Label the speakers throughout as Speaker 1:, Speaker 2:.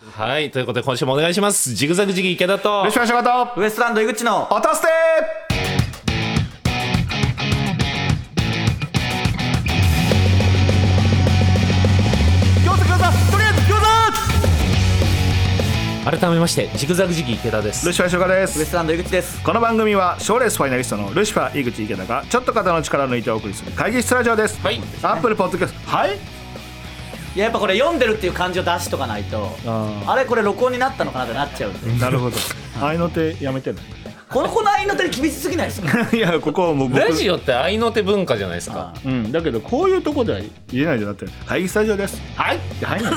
Speaker 1: はい、ということで今週もお願いします。ジグザグジギー池田と
Speaker 2: よろ。しくお願いします
Speaker 3: ウエストランド井口の
Speaker 2: おたすて
Speaker 3: 餃子餃子とりあえず餃子
Speaker 1: 改めまして、ジグザグジギー池田で
Speaker 2: ル
Speaker 1: す。
Speaker 2: シファー石岡で
Speaker 3: ウエス
Speaker 2: す
Speaker 3: トランド井口です
Speaker 2: この番組は賞レースファイナリストのルシファー井口池田がちょっと肩の力を抜いてお送りする会議室ラジオです
Speaker 1: はい。
Speaker 2: アップルポッドキャストはい
Speaker 3: いややっぱこれ読んでるっていう感じを出しとかないと
Speaker 2: あ
Speaker 3: あれこれ録音になったのかなってなっちゃうんで
Speaker 2: なるほど愛の手やめてる
Speaker 3: このこの合いの手に厳しすぎないですか
Speaker 2: いやここはもう僕
Speaker 1: ラジオって愛の手文化じゃないですか
Speaker 3: あ。
Speaker 2: うんだけどこういうとこでは言えないじゃなくて会議室ラジオですはいって入ん ない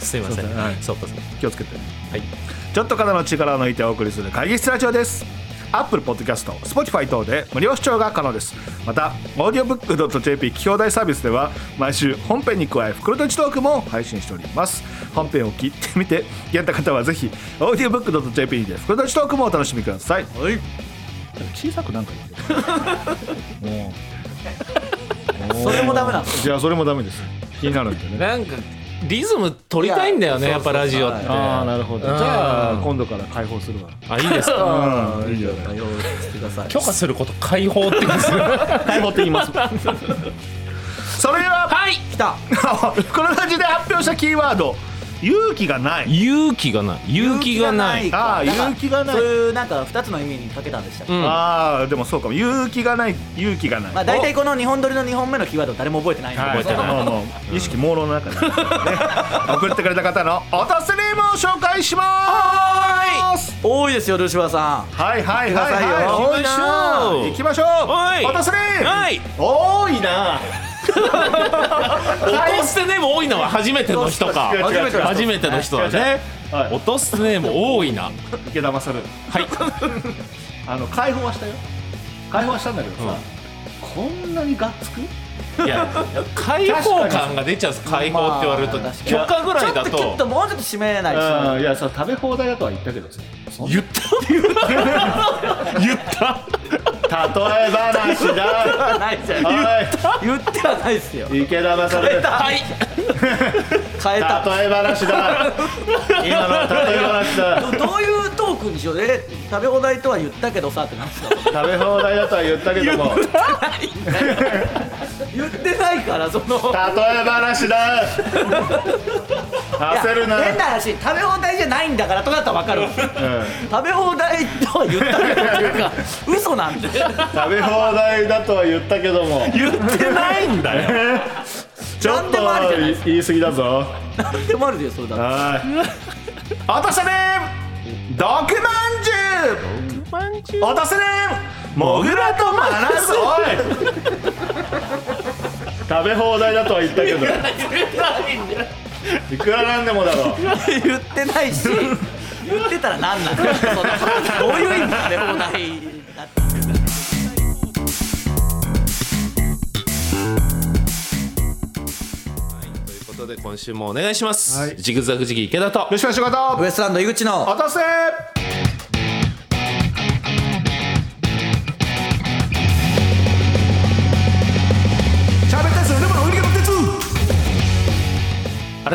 Speaker 1: すいません。
Speaker 2: そうだはい
Speaker 1: そうかそうか。
Speaker 2: 気をつけて
Speaker 1: はい。
Speaker 2: ちょっと肩の力を抜いてお送りする会議室ラジオです。アップルポッドキャスト、Spotify 等で無料視聴が可能です。また、audiobook.jp 聞き放題サービスでは、毎週本編に加え、袋とじトークも配信しております。本編を聞いてみて、やった方はぜひ、audiobook.jp で袋とじトークもお楽しみください。
Speaker 3: はい
Speaker 2: 小さくなんか 言ってるもう
Speaker 3: それもダメなんです
Speaker 2: じゃあ、それもダメです。気になるんでね。
Speaker 1: なんか、リズム取りたいんだよね、
Speaker 3: いや
Speaker 1: やっぱラジオって。
Speaker 3: そうそうそう
Speaker 2: ああ、
Speaker 1: あ、
Speaker 2: なるほど。じ
Speaker 1: うん
Speaker 2: ゃあ、今度から解放するわ。
Speaker 1: いいですか。
Speaker 2: うん、いいじゃない。
Speaker 3: 用意してください
Speaker 1: 許可すること解放って言うんですよ。
Speaker 2: 解放って言います。それでは、
Speaker 1: はい。
Speaker 3: 来た
Speaker 2: この感じで発表したキーワード勇気がない
Speaker 1: 勇気がない。勇気がない。
Speaker 3: か
Speaker 2: あー
Speaker 3: なんか
Speaker 2: 勇気がない
Speaker 3: そういうなんか2つの意味にかけたんでしたっけ
Speaker 1: うん
Speaker 2: ああでもそうかも勇気がない勇気がない、
Speaker 3: まあ大体この2本撮りの2本目のキーワード誰も覚えてないんで
Speaker 2: はい
Speaker 1: 覚えてない
Speaker 2: もうもう意識朦朧の中に、ね、送ってくれた方のおたすりも紹介します
Speaker 3: 多いですよルシファーさん
Speaker 2: はいはいはいはい
Speaker 1: 行きましょう
Speaker 2: 行きましょう
Speaker 1: はい
Speaker 2: おたすり
Speaker 1: はい。
Speaker 2: 多いな
Speaker 1: 落とすてねも多いのは初めての人か。
Speaker 2: 違う違う違う
Speaker 1: 初めての人だね。
Speaker 2: はい
Speaker 1: 落とすてねも多いな。
Speaker 2: 池田 勝
Speaker 1: はい。
Speaker 2: あの解放はしたよ解放はしたんだけどさ、こんなにがっつく
Speaker 1: いや開放感が出ちゃうんです開放って言われると
Speaker 3: まあ確かに
Speaker 1: 許可ぐらいだ
Speaker 3: ちょっときっと
Speaker 1: と
Speaker 3: もうちょっと締めないと
Speaker 2: いやさ食べ放題だとは言ったけどさ
Speaker 1: 言った言った
Speaker 2: 例え話だ
Speaker 3: ないじゃん
Speaker 2: お
Speaker 3: 言ってはないですよ
Speaker 2: い池田勝
Speaker 3: 変えた
Speaker 1: はい
Speaker 3: 変えた
Speaker 2: 例え話だ今の例え話だ
Speaker 3: どういうトークにしようえ食べ放題とは言ったけどさってなんすか
Speaker 2: 食べ放題だとは言ったけども例え
Speaker 3: 言ってないからその
Speaker 2: 話だ焦る
Speaker 3: いや変な
Speaker 2: な
Speaker 3: 話食べ放題じゃないんだからとかだったら分かる
Speaker 2: うん
Speaker 3: 食べ放題とは言ったけどっていうか嘘なんで
Speaker 2: 食べ放題だとは言ったけども
Speaker 1: 言ってないんだよ
Speaker 2: ちょ
Speaker 3: な
Speaker 2: っ
Speaker 3: んでもありじゃないで
Speaker 2: と言い過ぎだぞ
Speaker 3: 何でもあるよそれだって
Speaker 2: はい落とせね毒まんじゅう落とせねもぐらとマナスおい食べ放題だとは言ったけどいくらなんでもだろう
Speaker 3: 言ってないし言ってたら何なんだよそのどういう意味食べ放題だって
Speaker 1: ということで今週もお願いします、
Speaker 2: はい
Speaker 1: ジグザグジギー池田と
Speaker 2: よしお仕事
Speaker 3: ウ
Speaker 2: 落
Speaker 3: エストランド井口の
Speaker 2: とせ
Speaker 3: しゃべったやつでもの売り方鉄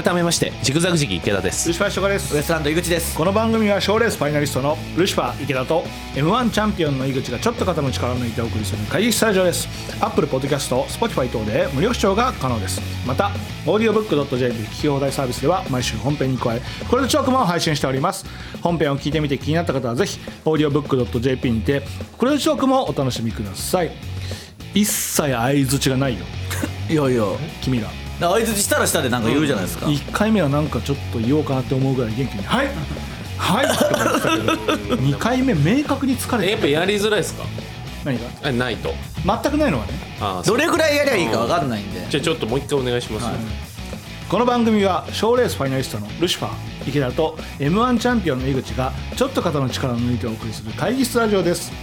Speaker 1: 改めましてジグザグジギー池田で
Speaker 2: ル
Speaker 1: す
Speaker 2: シファー石岡です
Speaker 3: ウエストランド井口です
Speaker 2: この番組は賞レースファイナリストのルシファー池田と M1 チャンピオンの井口がちょっと肩の力を抜いてお送りする会議室スタジオですアップルポッドキャスト Spotify 等で無料視聴が可能ですまた audiobook.jp 聞き放題サービスでは毎週本編に加えこれでチョークも配信しております本編を聞いてみて気になった方はぜひ audiobook.jp にてこれでチョークもお楽しみください一切相づちがないよ
Speaker 3: いやいや
Speaker 2: 君ら
Speaker 3: 相づちしたらしたでなんか言うじゃないですか
Speaker 2: 1回目はなんかちょっと言おうかなって思うぐらい元気に「はいはい」とか言ってたけど2回目明確に疲れ
Speaker 1: え
Speaker 2: て
Speaker 1: やっぱやりづらいですか
Speaker 2: 何が
Speaker 1: えないと
Speaker 2: 全くないのはね
Speaker 1: あーそ
Speaker 3: ど
Speaker 1: う
Speaker 3: れぐらいやりゃいいか分かんないんで
Speaker 1: じゃあちょっともう一回お願いします、
Speaker 2: この番組は賞レースファイナリストのルシファー池田と m 1チャンピオンの井口がちょっと肩の力を抜いてお送りする会議室ラジオです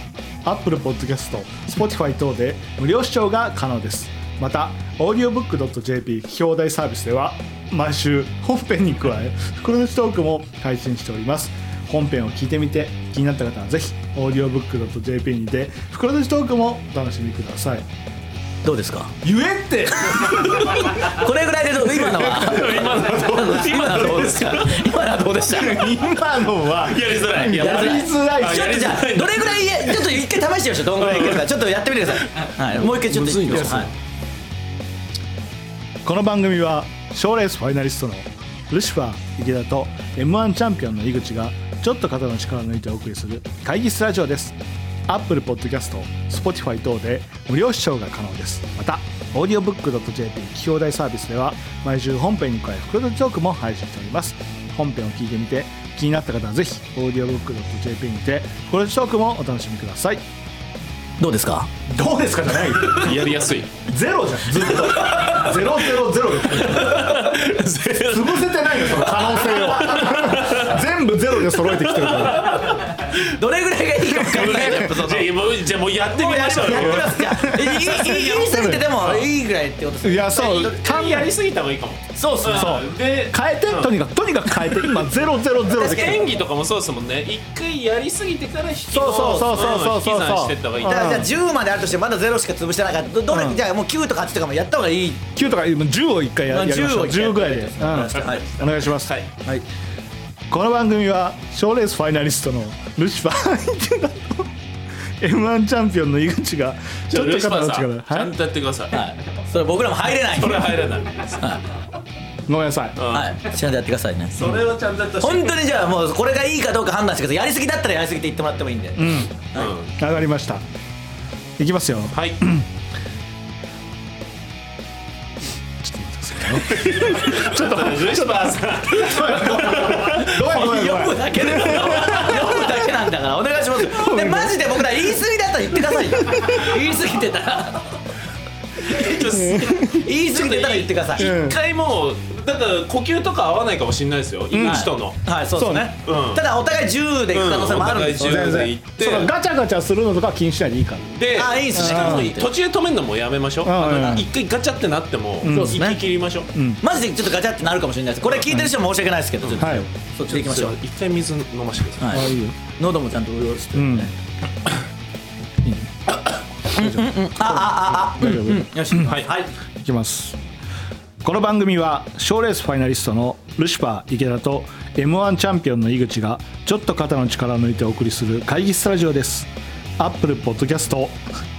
Speaker 2: アップルポッドキャスト Spotify 等で無料視聴が可能ですまた audiobook.jp 聞き放題サービスでは毎週本編に加え袋のトークも配信しております本編を聞いてみて気になった方はぜひ audiobook.jp にて袋のトークもお楽しみください
Speaker 3: どうですか
Speaker 4: 言えって
Speaker 3: これぐらいでどう今のは
Speaker 1: 今のは
Speaker 3: 今のはどうですか今のはどうでした
Speaker 1: 今のはやりづらいや
Speaker 3: やり
Speaker 4: づらい
Speaker 1: あ
Speaker 3: ちょ
Speaker 1: やり
Speaker 3: っ
Speaker 1: づ
Speaker 3: とじゃ
Speaker 1: ら
Speaker 3: あどれぐらいやちょっと一回試してみましょうどんぐらいい けるかちょっとやってみてください、はい、もう一回ちょっと
Speaker 4: むずいです
Speaker 3: はい
Speaker 4: この番組は賞レースファイナリストのルシファー池田と m 1チャンピオンの井口がちょっと肩の力を抜いてお送りする会議室ラジオですアップルポッドキャスト Spotify 等で無料視聴が可能ですまた audiobook.jp 企業大サービスでは毎週本編に加え袋とじトークも配信しております本編を聞いてみて気になった方はぜひ audiobook.jp にて袋とじトークもお楽しみください
Speaker 3: どうですか
Speaker 4: どうですかじゃない
Speaker 1: やりやすい
Speaker 4: ゼロじゃんずっとゼロゼロゼロ潰せてないよその可能 性を全部ゼロで揃えてきてるから
Speaker 3: どれぐらいがいいか分かんないやっぱその
Speaker 1: じゃあもうじゃあもうやってみましょうよ
Speaker 3: やってますじゃあいいいい言いすぎてでもいいぐらいってことです
Speaker 4: いやそう
Speaker 1: 単やりすぎた方がいいかも
Speaker 3: そうっすね
Speaker 1: そうで
Speaker 4: 変えてとにかくとにかく変えて今ゼロゼロゼロできて
Speaker 1: 演
Speaker 4: る
Speaker 1: 技とかもそうですもんね一回やりすぎてから引きの
Speaker 4: そうそうそうそうそうそう
Speaker 1: 引
Speaker 4: ん
Speaker 1: き算してった方がいい
Speaker 3: だからじゃあ10まであるとしてまだ0しか潰してなかったどどれ、じゃあもう9とか8とかもやった方がいい
Speaker 4: 9とか今10を一回ややりましょう10ぐらいで、うん
Speaker 3: はい
Speaker 4: お願いします、
Speaker 1: はい
Speaker 3: はい
Speaker 4: この番組は賞レースファイナリストのルシファー 池田と m 1チャンピオンの井口がち
Speaker 1: ち
Speaker 4: ょ
Speaker 1: ょ
Speaker 4: っ
Speaker 1: っ
Speaker 4: と
Speaker 1: と
Speaker 4: 肩の
Speaker 1: さ
Speaker 4: 力
Speaker 1: ん、ちゃ
Speaker 4: は
Speaker 1: んとやってください、
Speaker 3: はいそれ僕らも入れない
Speaker 1: それ
Speaker 3: は
Speaker 1: は入らない、
Speaker 4: いごめんなさい
Speaker 3: いちゃんとやってくださいね
Speaker 1: それはちゃんとやったし
Speaker 3: 本当にじゃあもうこれがいいかどうか判断してくださいやりすぎだったらやりすぎって言ってもらってもいいんで、
Speaker 4: 上がりましたいきますよ
Speaker 1: はいちょっと待ってくださいちょっと
Speaker 3: 読むだけですよ読むだけなんだからお願いしますよでマジで僕ら言い過ぎだったら言ってくださいよ言い過ぎてたら言い過ぎてたら言ってください
Speaker 4: うん
Speaker 1: 一回もうだから呼吸とか合わないかもしれないですよ井口との、
Speaker 3: はいそうですね
Speaker 1: そうねうん
Speaker 3: ただお互い10でいく可能性もあるんですよ、
Speaker 1: うん
Speaker 3: ね
Speaker 1: お互い
Speaker 4: 全
Speaker 1: 10
Speaker 4: 然
Speaker 1: で行って
Speaker 4: そのガチャガチャするのとかは気にしないでいいから
Speaker 1: で
Speaker 3: あいいっすね
Speaker 1: し途中で止めるのもやめましょう、
Speaker 4: んうんうん
Speaker 1: 一回ガチャってなっても、
Speaker 4: ん
Speaker 1: 一回切りましょう、
Speaker 3: マジでちょっとガチャってなるかもしれないですこれ聞いてる人は申し訳ないですけど、ちょっと
Speaker 4: はい
Speaker 3: そっちでいきましょう
Speaker 1: 一回水飲ましてください、
Speaker 3: はい
Speaker 4: あいいよ
Speaker 3: 喉もちゃんと潤してるね、
Speaker 4: ん
Speaker 3: うんああああ
Speaker 4: 大丈夫、
Speaker 3: あよし、はい、
Speaker 4: いきますこの番組は賞レースファイナリストのルシファー池田と m 1チャンピオンの井口がちょっと肩の力を抜いてお送りする会議スタジオですアップルポッドキャスト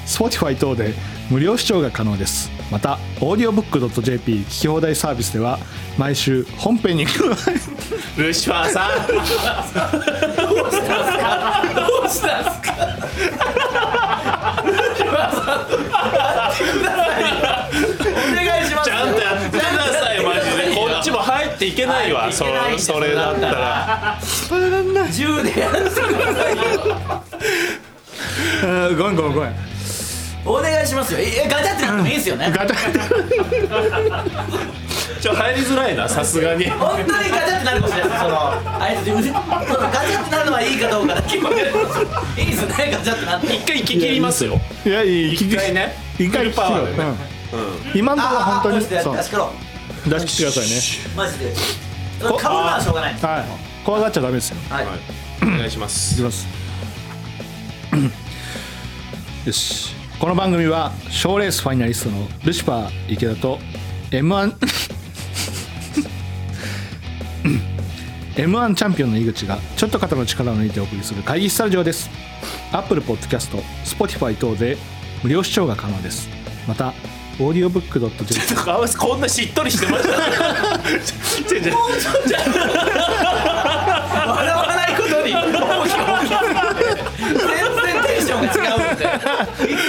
Speaker 4: Spotify 等で無料視聴が可能ですまた audiobook.jp 聞き放題サービスでは毎週本編に加え
Speaker 1: ルシファーさん
Speaker 3: お願いします
Speaker 1: ちゃんとやってくださいマジでこっちも入っていけないわ、そ
Speaker 3: ない
Speaker 1: れ
Speaker 3: です
Speaker 1: それだったら
Speaker 3: 10でやらせてくださいよ
Speaker 4: ごめんごめんごめん
Speaker 3: お願いしますよえガチャってなってもいいですよね
Speaker 4: ガチャ
Speaker 1: ちょ入りづらいなさすがに
Speaker 3: 本当にガチャってなるかもしれないですそのあいつ自分でそのガチャってなるのはいいかどうかだけいいですねガチャってなって
Speaker 1: 一回行き切りますよ
Speaker 4: いやいい
Speaker 1: 一回ね
Speaker 4: 一回
Speaker 1: フルパワー
Speaker 4: 聞
Speaker 1: で
Speaker 4: けよ
Speaker 1: ね、
Speaker 4: うん今のところ
Speaker 3: あ
Speaker 4: 本当に
Speaker 3: ああ
Speaker 4: そう
Speaker 3: 確かろ
Speaker 4: 出し切ってくださ
Speaker 3: マジでその被るのはしょうがない
Speaker 4: いねはい怖がっちゃダメですよ
Speaker 3: はい
Speaker 1: はいお願いしま
Speaker 4: いき
Speaker 1: す
Speaker 4: ますよしこの番組は賞レースファイナリストのルシファー池田と m 1 m 1チャンピオンの井口がちょっと肩の力を抜いてお送りする会議スタジオです Apple Podcast、Spotify 等で無料視聴が可能ですまた audiobook.jp
Speaker 1: あわせこん なしっとりしてましたちょちょ
Speaker 3: 笑わないことに大きく大きく 全然テンションが違うんで
Speaker 4: あ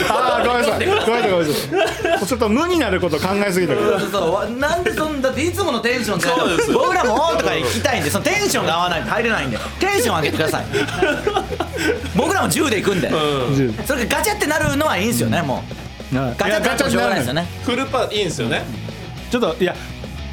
Speaker 4: あごめんなさいごめんなさいごめんなさいちょっと無になること考えすぎたから
Speaker 3: そうそうわなんでそんだっていつものテンションじゃない
Speaker 1: そうですよ
Speaker 3: 僕らも「おー」とか行きたいんでそのテンションが合わないと入れないんでテンション上げてください僕らも10で行くんで、それがガチャってなるのはいいんですよねもう
Speaker 4: ガ
Speaker 3: ガチャってなってもしょうがないですよね
Speaker 1: フルパいいんですよね
Speaker 4: ちょっといや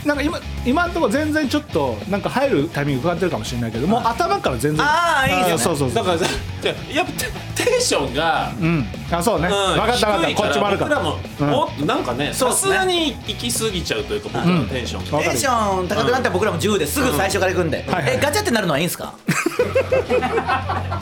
Speaker 4: なんか今今のところ全然ちょっとなんか入るタイミング伺ってるかもしれないけどもう頭から全然
Speaker 3: あーいいですね
Speaker 4: あーそうそうそ
Speaker 1: だ
Speaker 4: う
Speaker 1: からさじゃあやっぱテテンションが、うん
Speaker 4: うんあそうね、分かった分かっ
Speaker 1: 低い
Speaker 4: たこっちもあるか
Speaker 1: 僕
Speaker 4: ら
Speaker 1: ら
Speaker 4: うん
Speaker 1: も、おっとなんかね
Speaker 3: そう
Speaker 1: さ
Speaker 3: っす
Speaker 1: す
Speaker 3: ね
Speaker 1: がに行き過ぎちゃうというか僕らのテンションが、
Speaker 4: わか
Speaker 3: テ
Speaker 4: る
Speaker 3: ンション高くなったら僕らも10ですぐ最初から行くんで、
Speaker 4: はいはい
Speaker 3: えガチャってなるのはいいんすか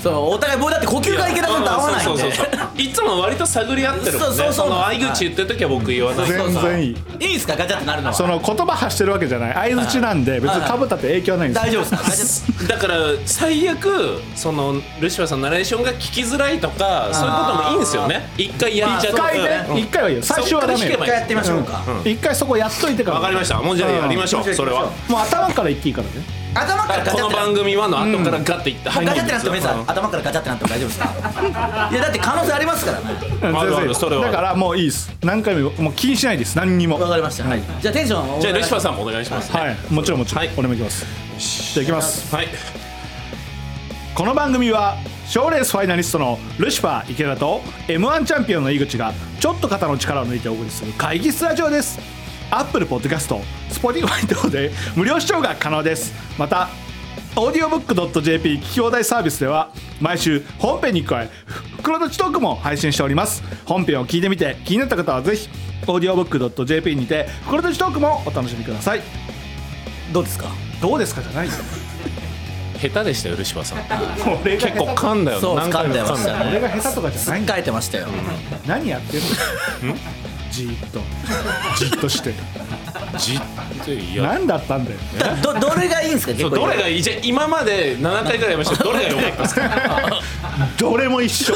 Speaker 3: そうお互いもうだって呼吸がいけたこと合わないんで
Speaker 1: そうそうそうそういつも割と探り合ってるもんね
Speaker 3: そうそうそう
Speaker 1: その相口言ってる時は僕言わない
Speaker 4: 全然いい
Speaker 3: いいんすかガチャってなるのは
Speaker 4: その言葉発してるわけじゃない相槌なんで別にかぶったって影響ないんです
Speaker 3: 大丈夫ですかガチャって
Speaker 1: だから最悪そのルシファーさんのナレーションが聞きづらいとかそういうこともいいんですよね一回やっちゃ
Speaker 4: 一
Speaker 1: うと
Speaker 4: 回
Speaker 1: ね
Speaker 4: ね一回はいいよ最初はダメ
Speaker 1: そっ
Speaker 4: よ
Speaker 1: から
Speaker 3: 一回やってみましょうか、
Speaker 4: 一回そこやっといてから
Speaker 1: わかりましたもうじゃあやりましょうそれは
Speaker 4: もう頭から言っていいからね
Speaker 3: 頭からガチ
Speaker 1: この
Speaker 3: ャってなる
Speaker 1: 番組はの後からガッていって
Speaker 3: もうガチ
Speaker 1: る
Speaker 3: ャってなくてもいいんすか頭からガチャってなっても大丈夫ですかいやだって可能性ありますからね
Speaker 4: 全
Speaker 1: あるある
Speaker 4: 然いい
Speaker 1: それは
Speaker 4: だからもういいです何回ももう気にしないです何にも
Speaker 3: わかりました、はい、じゃあテンションを
Speaker 1: じゃあルシファーさんもお願いします
Speaker 4: はいもちろんもちろん、
Speaker 1: はい
Speaker 4: お願いしますじゃあいきます
Speaker 1: はい
Speaker 4: この番組は賞レースファイナリストのルシファー池田と m 1チャンピオンの井口がちょっと肩の力を抜いてお送りする会議室ラジオですアップルポッドキャスト Spotify 等で無料視聴が可能ですまた audiobook.jp 聞き放題サービスでは毎週本編に加え袋とちトークも配信しております本編を聞いてみて気になった方はぜひ audiobook.jp にて袋とちトークもお楽しみください
Speaker 3: どうですか
Speaker 4: どうですかじゃないよ
Speaker 1: 下手でしたよルシファーさん
Speaker 4: 俺が
Speaker 1: 結構噛んだよ
Speaker 3: そう
Speaker 1: 何回も
Speaker 3: 噛んでましたね
Speaker 4: 俺が下手とかじゃないんだよ
Speaker 3: 書いてましたよ、
Speaker 4: 何やってるのじーっとじーっとして
Speaker 1: じっといや
Speaker 4: 何だったんだよ
Speaker 3: だどどれがいいんですか結
Speaker 1: そう
Speaker 3: 構
Speaker 1: どれがいいじゃあ今まで7回ぐらいやりましたけどどれが良かったですか
Speaker 4: どれも一緒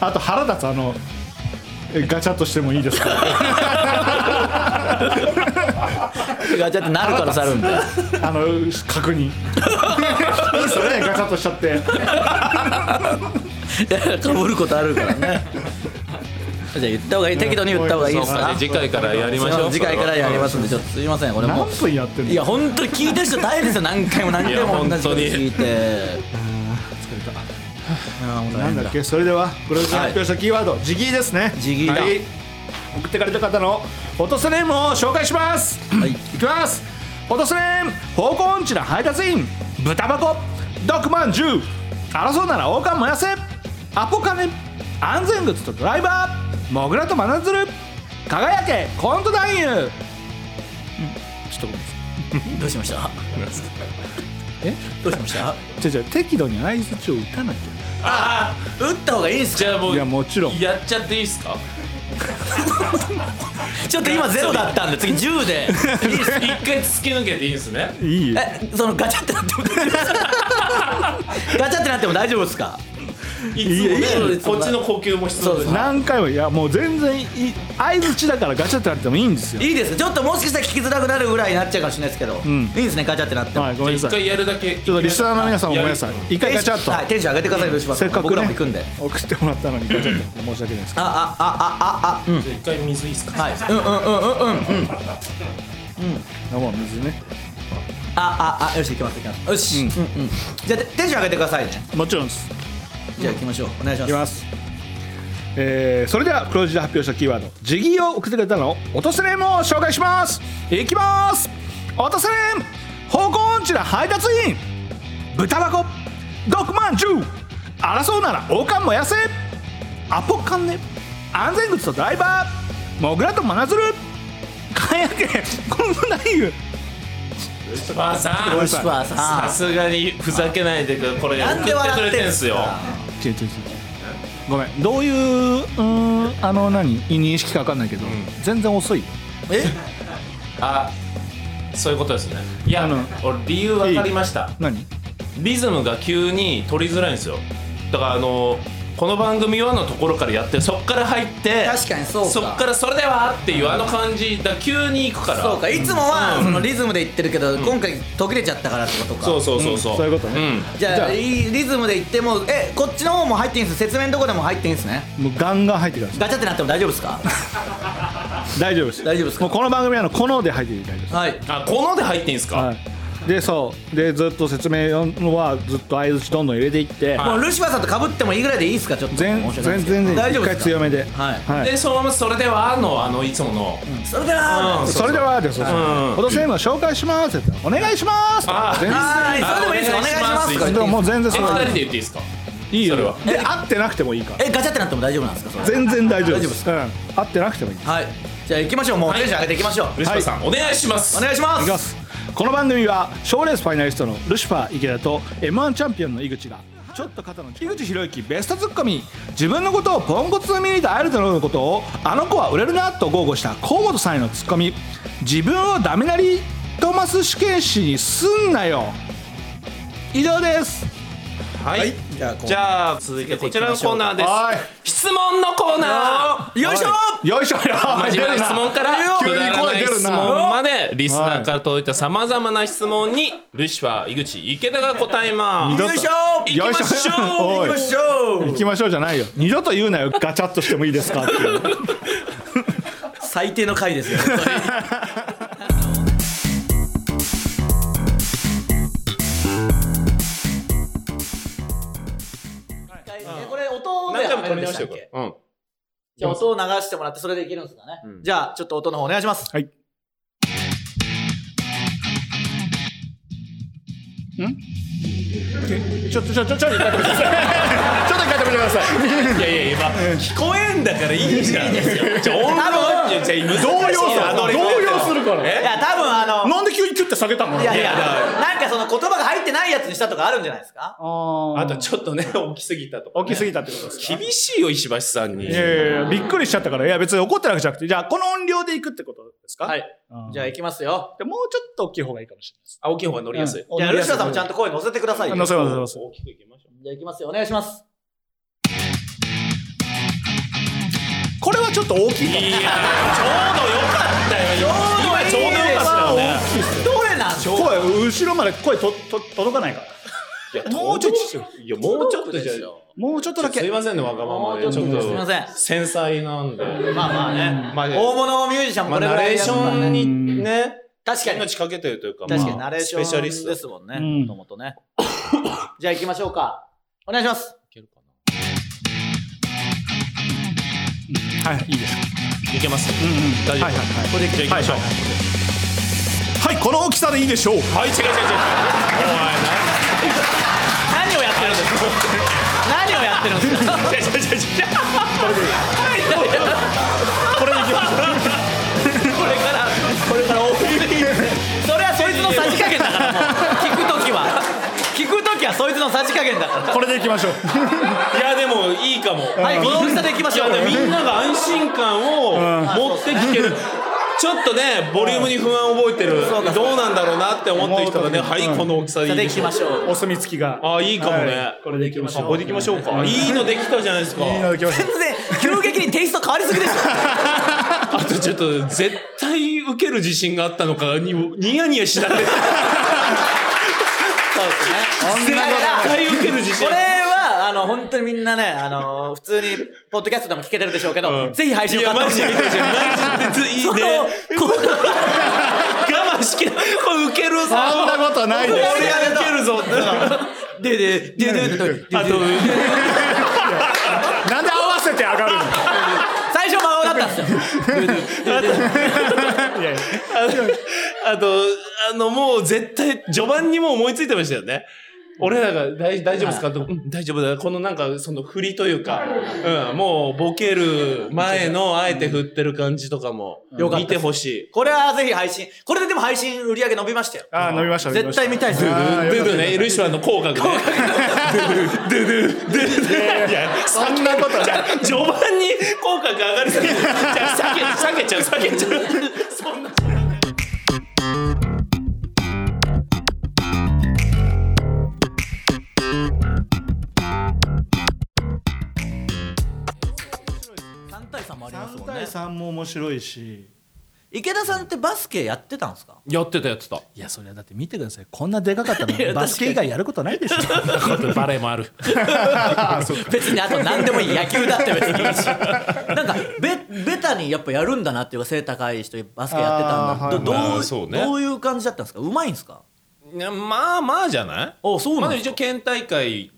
Speaker 4: あと腹立つあのえガチャっとしてもいいです か
Speaker 3: ガチャってなるからさ るんで
Speaker 4: あの確 認それガチャっとしちゃって
Speaker 3: かぶることあるからねじゃあ言った方がいい適度に言った方がいいです
Speaker 1: そうか
Speaker 3: か
Speaker 1: ね次回からやりましょう
Speaker 3: 次回からやりますんでちょっとすいませんこれも
Speaker 4: 何
Speaker 3: う
Speaker 4: 分やってんの
Speaker 3: いや本当に聞いてる人大変ですよ何回も何回も同じこと聞いて
Speaker 4: なんだっけそれではプロデュースが発表したキーワード、ジギーですね
Speaker 3: ジギーだ
Speaker 4: はい、送ってくれた方の落とすネームを紹介します、
Speaker 3: はい
Speaker 4: いきます落とすネーム方向音痴な配達員豚箱毒まんじゅう争うなら王冠燃やせアポカネ安全靴とドライバーモグラと真鶴輝けコント男優んちょっとごめんなさ
Speaker 3: どうしました
Speaker 4: え
Speaker 3: どうしました
Speaker 4: いじゃあ適度に相づちを打たなき
Speaker 1: あ
Speaker 3: 打った方がいいんす
Speaker 1: じ
Speaker 3: か
Speaker 1: ゃあも
Speaker 4: ゃいうやもちろん
Speaker 1: やっちゃっていいですか
Speaker 3: ちょっと今ゼロだったんで次10で
Speaker 1: いいっす一回突き抜けていいんですね
Speaker 4: いい よ
Speaker 3: えそのガチャってなっても大丈夫ですかガチャってなっても大丈夫ですか
Speaker 1: いつも
Speaker 3: いやいい
Speaker 1: ねこっちの呼吸も必要ですね
Speaker 4: 何回もいやもう全然いい相づちだからガチャってなってもいいんですよ
Speaker 3: いいですちょっともしかしたら聞きづらくなるぐらいになっちゃうかもしれないですけど、
Speaker 4: ん
Speaker 3: いいですねガチャってなっても、
Speaker 4: はいごめんな
Speaker 1: 一
Speaker 4: さい
Speaker 1: 回やるだけ
Speaker 4: ちょっとリスナーの皆さんもごめんなさい一回ガチャっと、
Speaker 3: はい、テンション上げてくださいルシファーさ
Speaker 4: せ
Speaker 3: ん
Speaker 4: っかく、ね、
Speaker 3: 僕らも行くんであ
Speaker 4: 送ってもらったのにガチャっと申し訳ないです
Speaker 3: あああああうん
Speaker 1: 一回水いいっすか
Speaker 3: はいうんうんうんうんうんうんあ
Speaker 4: あもう水ね
Speaker 3: ああよし行きます行きますよし、うんうん、じゃあテンション上げてくださいね
Speaker 4: もちろんですい
Speaker 3: じゃあ行きましょうお願いしま
Speaker 4: き
Speaker 3: す
Speaker 4: ますえー、それでは黒字で発表したキーワード「ジギー」を送ってくれたのを落とせネームを紹介しますいきます落とせネーム方向音痴な配達員豚箱毒まんじゅう争うなら王冠燃やせアポカンネ安全靴とドライバーモグラと真鶴輝けこんな内
Speaker 1: まあさ
Speaker 4: ごめん
Speaker 3: ル
Speaker 4: な
Speaker 3: シ
Speaker 4: さい
Speaker 3: ファー
Speaker 1: さ
Speaker 3: さ
Speaker 1: すがにふざけないでくれこれ
Speaker 3: なんで笑ってんすか
Speaker 1: 送れんすよ
Speaker 4: 違う違う違うごめんどういううーんあの何認識か分かんないけど、全然遅いよ
Speaker 3: んえ
Speaker 1: あそういうことですねい
Speaker 4: あ
Speaker 1: や
Speaker 4: の
Speaker 1: 俺理由分かりました
Speaker 4: 何
Speaker 1: リズムが急に取りづらいんですよだからあのこの番組はのところからやってそっから入って
Speaker 3: 確かにそうか
Speaker 1: そっからそれではっていうあの感じだ急に行くから
Speaker 3: そうかいつもはそのリズムで言ってるけど、今回途切れちゃったからってことか
Speaker 1: そうそうそうそう
Speaker 4: そういうことね
Speaker 1: ん
Speaker 3: じゃ
Speaker 4: じゃ
Speaker 3: あ
Speaker 4: あ
Speaker 3: いいリズムで言ってもえこっちの方も入っていいんです説明のとこでも入っていいんですね
Speaker 4: もうガンガン入ってくださ
Speaker 3: ガチャってなっても大丈夫です か
Speaker 4: い大丈夫です
Speaker 3: 大丈夫ですか
Speaker 4: もうこの番組はあの「この」で入っていい大丈夫です
Speaker 3: はい
Speaker 1: あこので入っていいんすか、
Speaker 4: はいでそうでずっと説明はずっと相槌どんどん入れていって、
Speaker 1: はい
Speaker 3: もうルシファーさんと被ってもいいぐらいでいいですかちょっと
Speaker 4: 全
Speaker 3: 申し訳ない
Speaker 4: 全
Speaker 3: ですけど
Speaker 4: 然
Speaker 3: 大丈
Speaker 4: 一
Speaker 3: 夫で
Speaker 4: 回
Speaker 3: すか
Speaker 4: 強めで
Speaker 3: はい
Speaker 4: はい
Speaker 1: でそのまま「それでは」のあのいつもの、
Speaker 3: それでは、
Speaker 1: うん
Speaker 4: それではですよ、
Speaker 1: うん
Speaker 4: 今年の紹介しますって言ったらお願いします
Speaker 1: あー
Speaker 4: 全
Speaker 3: は
Speaker 4: 然
Speaker 3: いそれでもいいですかお願いします
Speaker 1: お
Speaker 3: と
Speaker 1: 願
Speaker 3: か
Speaker 1: い
Speaker 4: でももう全然
Speaker 1: え
Speaker 4: それ
Speaker 1: 二人
Speaker 4: は
Speaker 1: で言っていいですか
Speaker 4: いいよ
Speaker 1: それは
Speaker 4: で会ってなくてもいいから
Speaker 3: えガチャってなっても大丈夫なんですかそれ
Speaker 4: 全然大丈夫で
Speaker 3: 大丈夫です
Speaker 4: うん会ってなくてもいい
Speaker 3: はいじゃあ行きましょうもうテンション上げていきましょう、
Speaker 1: ルシファーさん、お願いします
Speaker 3: お願いしま
Speaker 4: い
Speaker 3: す
Speaker 4: きますこの番組は賞レースファイナリストのルシファー池田と m 1チャンピオンの井口がちょっと肩の井口博之ベストツッコミ自分のことをポンコツのミニとアイルドのようなことをあの子は売れるなと豪語した河本さんへのツッコミ自分をダメなりトマス試験士にすんなよ以上です
Speaker 1: はい、
Speaker 3: じゃあこう
Speaker 1: じゃあ続いてこちらのコーナーで
Speaker 4: はい
Speaker 1: す質問のコーナー
Speaker 3: よいしょ
Speaker 4: よいしょよ
Speaker 1: 真面目な質問からく
Speaker 4: 急に
Speaker 1: だらな
Speaker 4: 声
Speaker 1: い
Speaker 4: 出る
Speaker 1: 質
Speaker 4: な
Speaker 1: 問までリスナーから届いたさまざまな質問にルシファー井口池田が答えます
Speaker 4: よ
Speaker 3: よ
Speaker 4: い
Speaker 3: い
Speaker 4: し
Speaker 3: し
Speaker 1: 行
Speaker 3: ょ
Speaker 4: ょ
Speaker 1: きましょう
Speaker 4: おい
Speaker 3: よいしょ
Speaker 4: 行きましょうじゃないよ二度と言うなよガチャっとしてもいいですかっていう
Speaker 3: 最低の回ですよ本当にえこれ音で
Speaker 1: 何回も取
Speaker 3: 始
Speaker 1: り
Speaker 3: めま
Speaker 1: 直
Speaker 3: し
Speaker 1: したて
Speaker 3: っ
Speaker 1: るか
Speaker 3: け
Speaker 1: らうん
Speaker 3: じゃあ音を流してもらってそれでいけるんですかね、じゃあちょっと音の方お願いします
Speaker 4: はいちょちょちょちょちょちょっと一回止めてくださいちょっと一回止めてください
Speaker 1: いやいやいや、まあ、聞こえんだからいいじゃん。じゃあ、音量じゃあ、じゃあ、
Speaker 4: 動
Speaker 1: 難し
Speaker 4: 揺
Speaker 1: い
Speaker 4: す
Speaker 1: よ
Speaker 4: る
Speaker 1: アドリブ
Speaker 4: 動揺するから
Speaker 3: い
Speaker 1: え
Speaker 3: や多分あの
Speaker 4: なんで急にキュッて下げたの
Speaker 3: いやいや
Speaker 1: いやだ
Speaker 3: なんかその言葉が入ってないやつにしたとかあるんじゃないですか
Speaker 1: あ
Speaker 4: あ
Speaker 1: とちょっとね、大きすぎたとか、
Speaker 4: 大きすぎたってことですか
Speaker 1: 厳しいよ、石橋さんに。
Speaker 4: いやいやいやびっくりしちゃったからいや別に怒ってなくちゃなくてじゃあこの音量でいくってことですか
Speaker 3: はいいじゃあ行きますよ
Speaker 4: もうちょっと大きい方がいいかもしれないです
Speaker 1: 青木の方が乗りやすい。
Speaker 4: うん
Speaker 3: じゃあルシファーさんもちゃんと声乗せてくださいよ
Speaker 4: あ乗せます乗せます
Speaker 1: 大きくいきましょう。
Speaker 3: じゃあ行きますよお願いします
Speaker 4: これはちょっと大きいかも
Speaker 1: いやー、ちょうどよかったよ。今ちょうどよかったよね。
Speaker 3: どれなん
Speaker 4: 声後ろまで声とと届かないから
Speaker 1: いや
Speaker 4: もうちょっ
Speaker 1: と。いや、もうちょっとじゃ
Speaker 3: ちょっと
Speaker 4: もうちょっとだけ
Speaker 1: すいませんね、わがまま
Speaker 3: も
Speaker 1: で。
Speaker 3: うち
Speaker 1: ち
Speaker 3: ょ
Speaker 1: ょ
Speaker 3: っ
Speaker 1: っ
Speaker 3: と
Speaker 1: と。
Speaker 3: すいません
Speaker 1: 繊細なんで。
Speaker 3: まあまあね
Speaker 1: まあ、
Speaker 3: 大物ミュージシャンも
Speaker 1: まあ
Speaker 3: これぐ
Speaker 1: ナ
Speaker 3: ら
Speaker 1: レ
Speaker 3: い
Speaker 1: ー
Speaker 3: やっ
Speaker 1: シ
Speaker 3: ぱね
Speaker 1: ョンにね、
Speaker 3: 確かに
Speaker 1: 命かけてるというか、
Speaker 3: 確かに
Speaker 1: まあ
Speaker 3: ナレーシ
Speaker 1: スペシャリ
Speaker 3: ョ
Speaker 1: ス
Speaker 3: ン
Speaker 1: ト
Speaker 3: ですもんね
Speaker 4: うん
Speaker 3: もともとねじゃあ行きましょうかお願いします
Speaker 1: いけるかな
Speaker 4: はいいいです
Speaker 1: いけます。
Speaker 4: うんうん
Speaker 1: 大丈夫。
Speaker 4: はいはいはい
Speaker 1: これでいきましょう。
Speaker 4: はいこの大きさでいいでしょう
Speaker 1: はい、違う違う違う。
Speaker 3: 何をやってるんですか何をやってるんですか
Speaker 1: おい、違う違う違う違う。
Speaker 4: これでいきましょう
Speaker 3: これからこれからオープニングそれはそいつのさじ加減だからもう聞くときは聞くときはそいつのさじ加減だから
Speaker 4: これでいきましょう
Speaker 1: いや、でも、いいかも。
Speaker 3: はいこの大きさでいきま
Speaker 1: い
Speaker 3: しょ
Speaker 1: や
Speaker 3: う
Speaker 1: でみんなが安心感を持ってきてる、ちょっとねボリュームに不安を覚えてる
Speaker 3: そうか
Speaker 1: どうなんだろうなって思ってる人がね
Speaker 4: 思う
Speaker 1: は
Speaker 4: と
Speaker 1: いこの大きさでいい
Speaker 3: で
Speaker 1: で
Speaker 3: い
Speaker 1: し
Speaker 3: き
Speaker 1: ょ
Speaker 3: ましょう
Speaker 4: お墨付きが
Speaker 1: あいいかもね
Speaker 4: はいこれでいきましょう
Speaker 1: これでいきましょうかいいのできたじゃないですか
Speaker 4: いいのでいきましょう
Speaker 3: 全然急激にテイスト変わりすぎですよ
Speaker 1: あとちょっと絶対受ける自信があったのかにニヤニヤしながら絶対受ける自信
Speaker 3: これはあの本当にみんなねあの普通にポッドキャストでも聞けてるでしょうけど、
Speaker 1: うん
Speaker 3: ぜひ配信
Speaker 1: い
Speaker 3: を買
Speaker 1: や
Speaker 3: って
Speaker 1: マジ
Speaker 3: ほしい
Speaker 1: で見てほしいマジでいいね
Speaker 3: そのこの
Speaker 1: 我慢しきれこれ受けるぞ
Speaker 4: そんなことないです
Speaker 1: 俺が受けるぞ
Speaker 3: ででででででで
Speaker 1: あと
Speaker 4: なんで合わせて上がる
Speaker 3: 最初真顔だったんですよ
Speaker 4: のいやいや
Speaker 1: あのあと、あの、もう絶対、序盤にもう思いついてましたよね。俺らが大大丈夫ですか、とうん大丈夫だよこのなんかその振りというか、うん、もうボケる前のあえて振ってる感じとかも
Speaker 3: よかった
Speaker 1: 見てほしい。
Speaker 3: これはぜひ配信これででも配信売り上げ伸びましたよ
Speaker 4: あー飲みました飲みま
Speaker 3: 絶
Speaker 4: した
Speaker 3: 対見たいですよ
Speaker 4: あー
Speaker 1: ドゥ
Speaker 4: よ
Speaker 1: ド
Speaker 4: か
Speaker 1: ゥ
Speaker 4: っ
Speaker 1: ね、ルシファーの口角で。ドゥドゥ、ドゥドゥ、ドゥドゥ。いや、
Speaker 4: たそんなことない
Speaker 1: 序盤に口角上がりすぎて、じゃあ下げ、下げちゃう、下げちゃう。そんな。
Speaker 3: 3対3もあります
Speaker 4: 3
Speaker 3: もん
Speaker 4: 対
Speaker 3: ね
Speaker 4: 3も面白いし
Speaker 3: 池田さんってバスケやってたんですか
Speaker 1: やってた、やってた。
Speaker 4: いやそれはだって見てくださいこんなでかかったのバスケ以外やることないでしょ
Speaker 1: バレーもある。
Speaker 3: 別にあと何でもいい野球だって別にいいし なんかベベタにやっぱやるんだなっていうか背高い人バスケやってたんだ
Speaker 4: あー
Speaker 3: どどう
Speaker 1: はいはいそうね
Speaker 3: どういう感じだったんですかうまいんですか
Speaker 1: いねまあまあじゃない
Speaker 3: あそう
Speaker 1: ま
Speaker 3: な
Speaker 1: あでも
Speaker 3: んです
Speaker 1: 一
Speaker 3: か
Speaker 1: 応県大会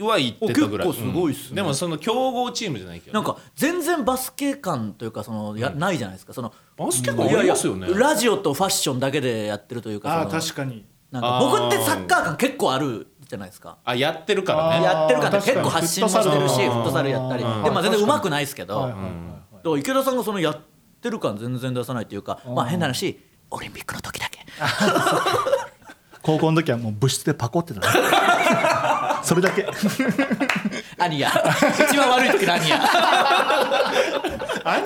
Speaker 1: は行ってたぐらい
Speaker 3: お結構すごいっすね
Speaker 1: うんでもその強豪チームじゃないけど
Speaker 3: なんか全然バスケ感というかそのやないじゃないですかその
Speaker 1: バスケ界ありますよね
Speaker 3: ラジオとファッションだけでやってるというか
Speaker 4: ああ
Speaker 3: その
Speaker 4: 確かに
Speaker 3: なんか
Speaker 1: あー
Speaker 3: 僕ってサッカー感結構あるじゃないですか
Speaker 1: あやってるから
Speaker 4: あー
Speaker 1: ね
Speaker 3: やってる感って
Speaker 4: 確か
Speaker 3: 結
Speaker 4: に
Speaker 3: 構発信もしてるし
Speaker 4: フ
Speaker 3: フッ
Speaker 4: ット
Speaker 3: ト
Speaker 4: サ
Speaker 3: サ
Speaker 4: ル
Speaker 3: ルやったり
Speaker 4: あー
Speaker 3: でまあ全然
Speaker 4: 確
Speaker 3: う
Speaker 4: かに
Speaker 3: まくないですけど
Speaker 4: はいはい
Speaker 3: だ
Speaker 4: はい
Speaker 3: から池田さんがそのやってる感全然出さないというかまあ変な話オリンピックの時だけ
Speaker 2: 高校の時はもう部室でパコってたね それだけ
Speaker 3: アニヤ一番悪い時のアニヤ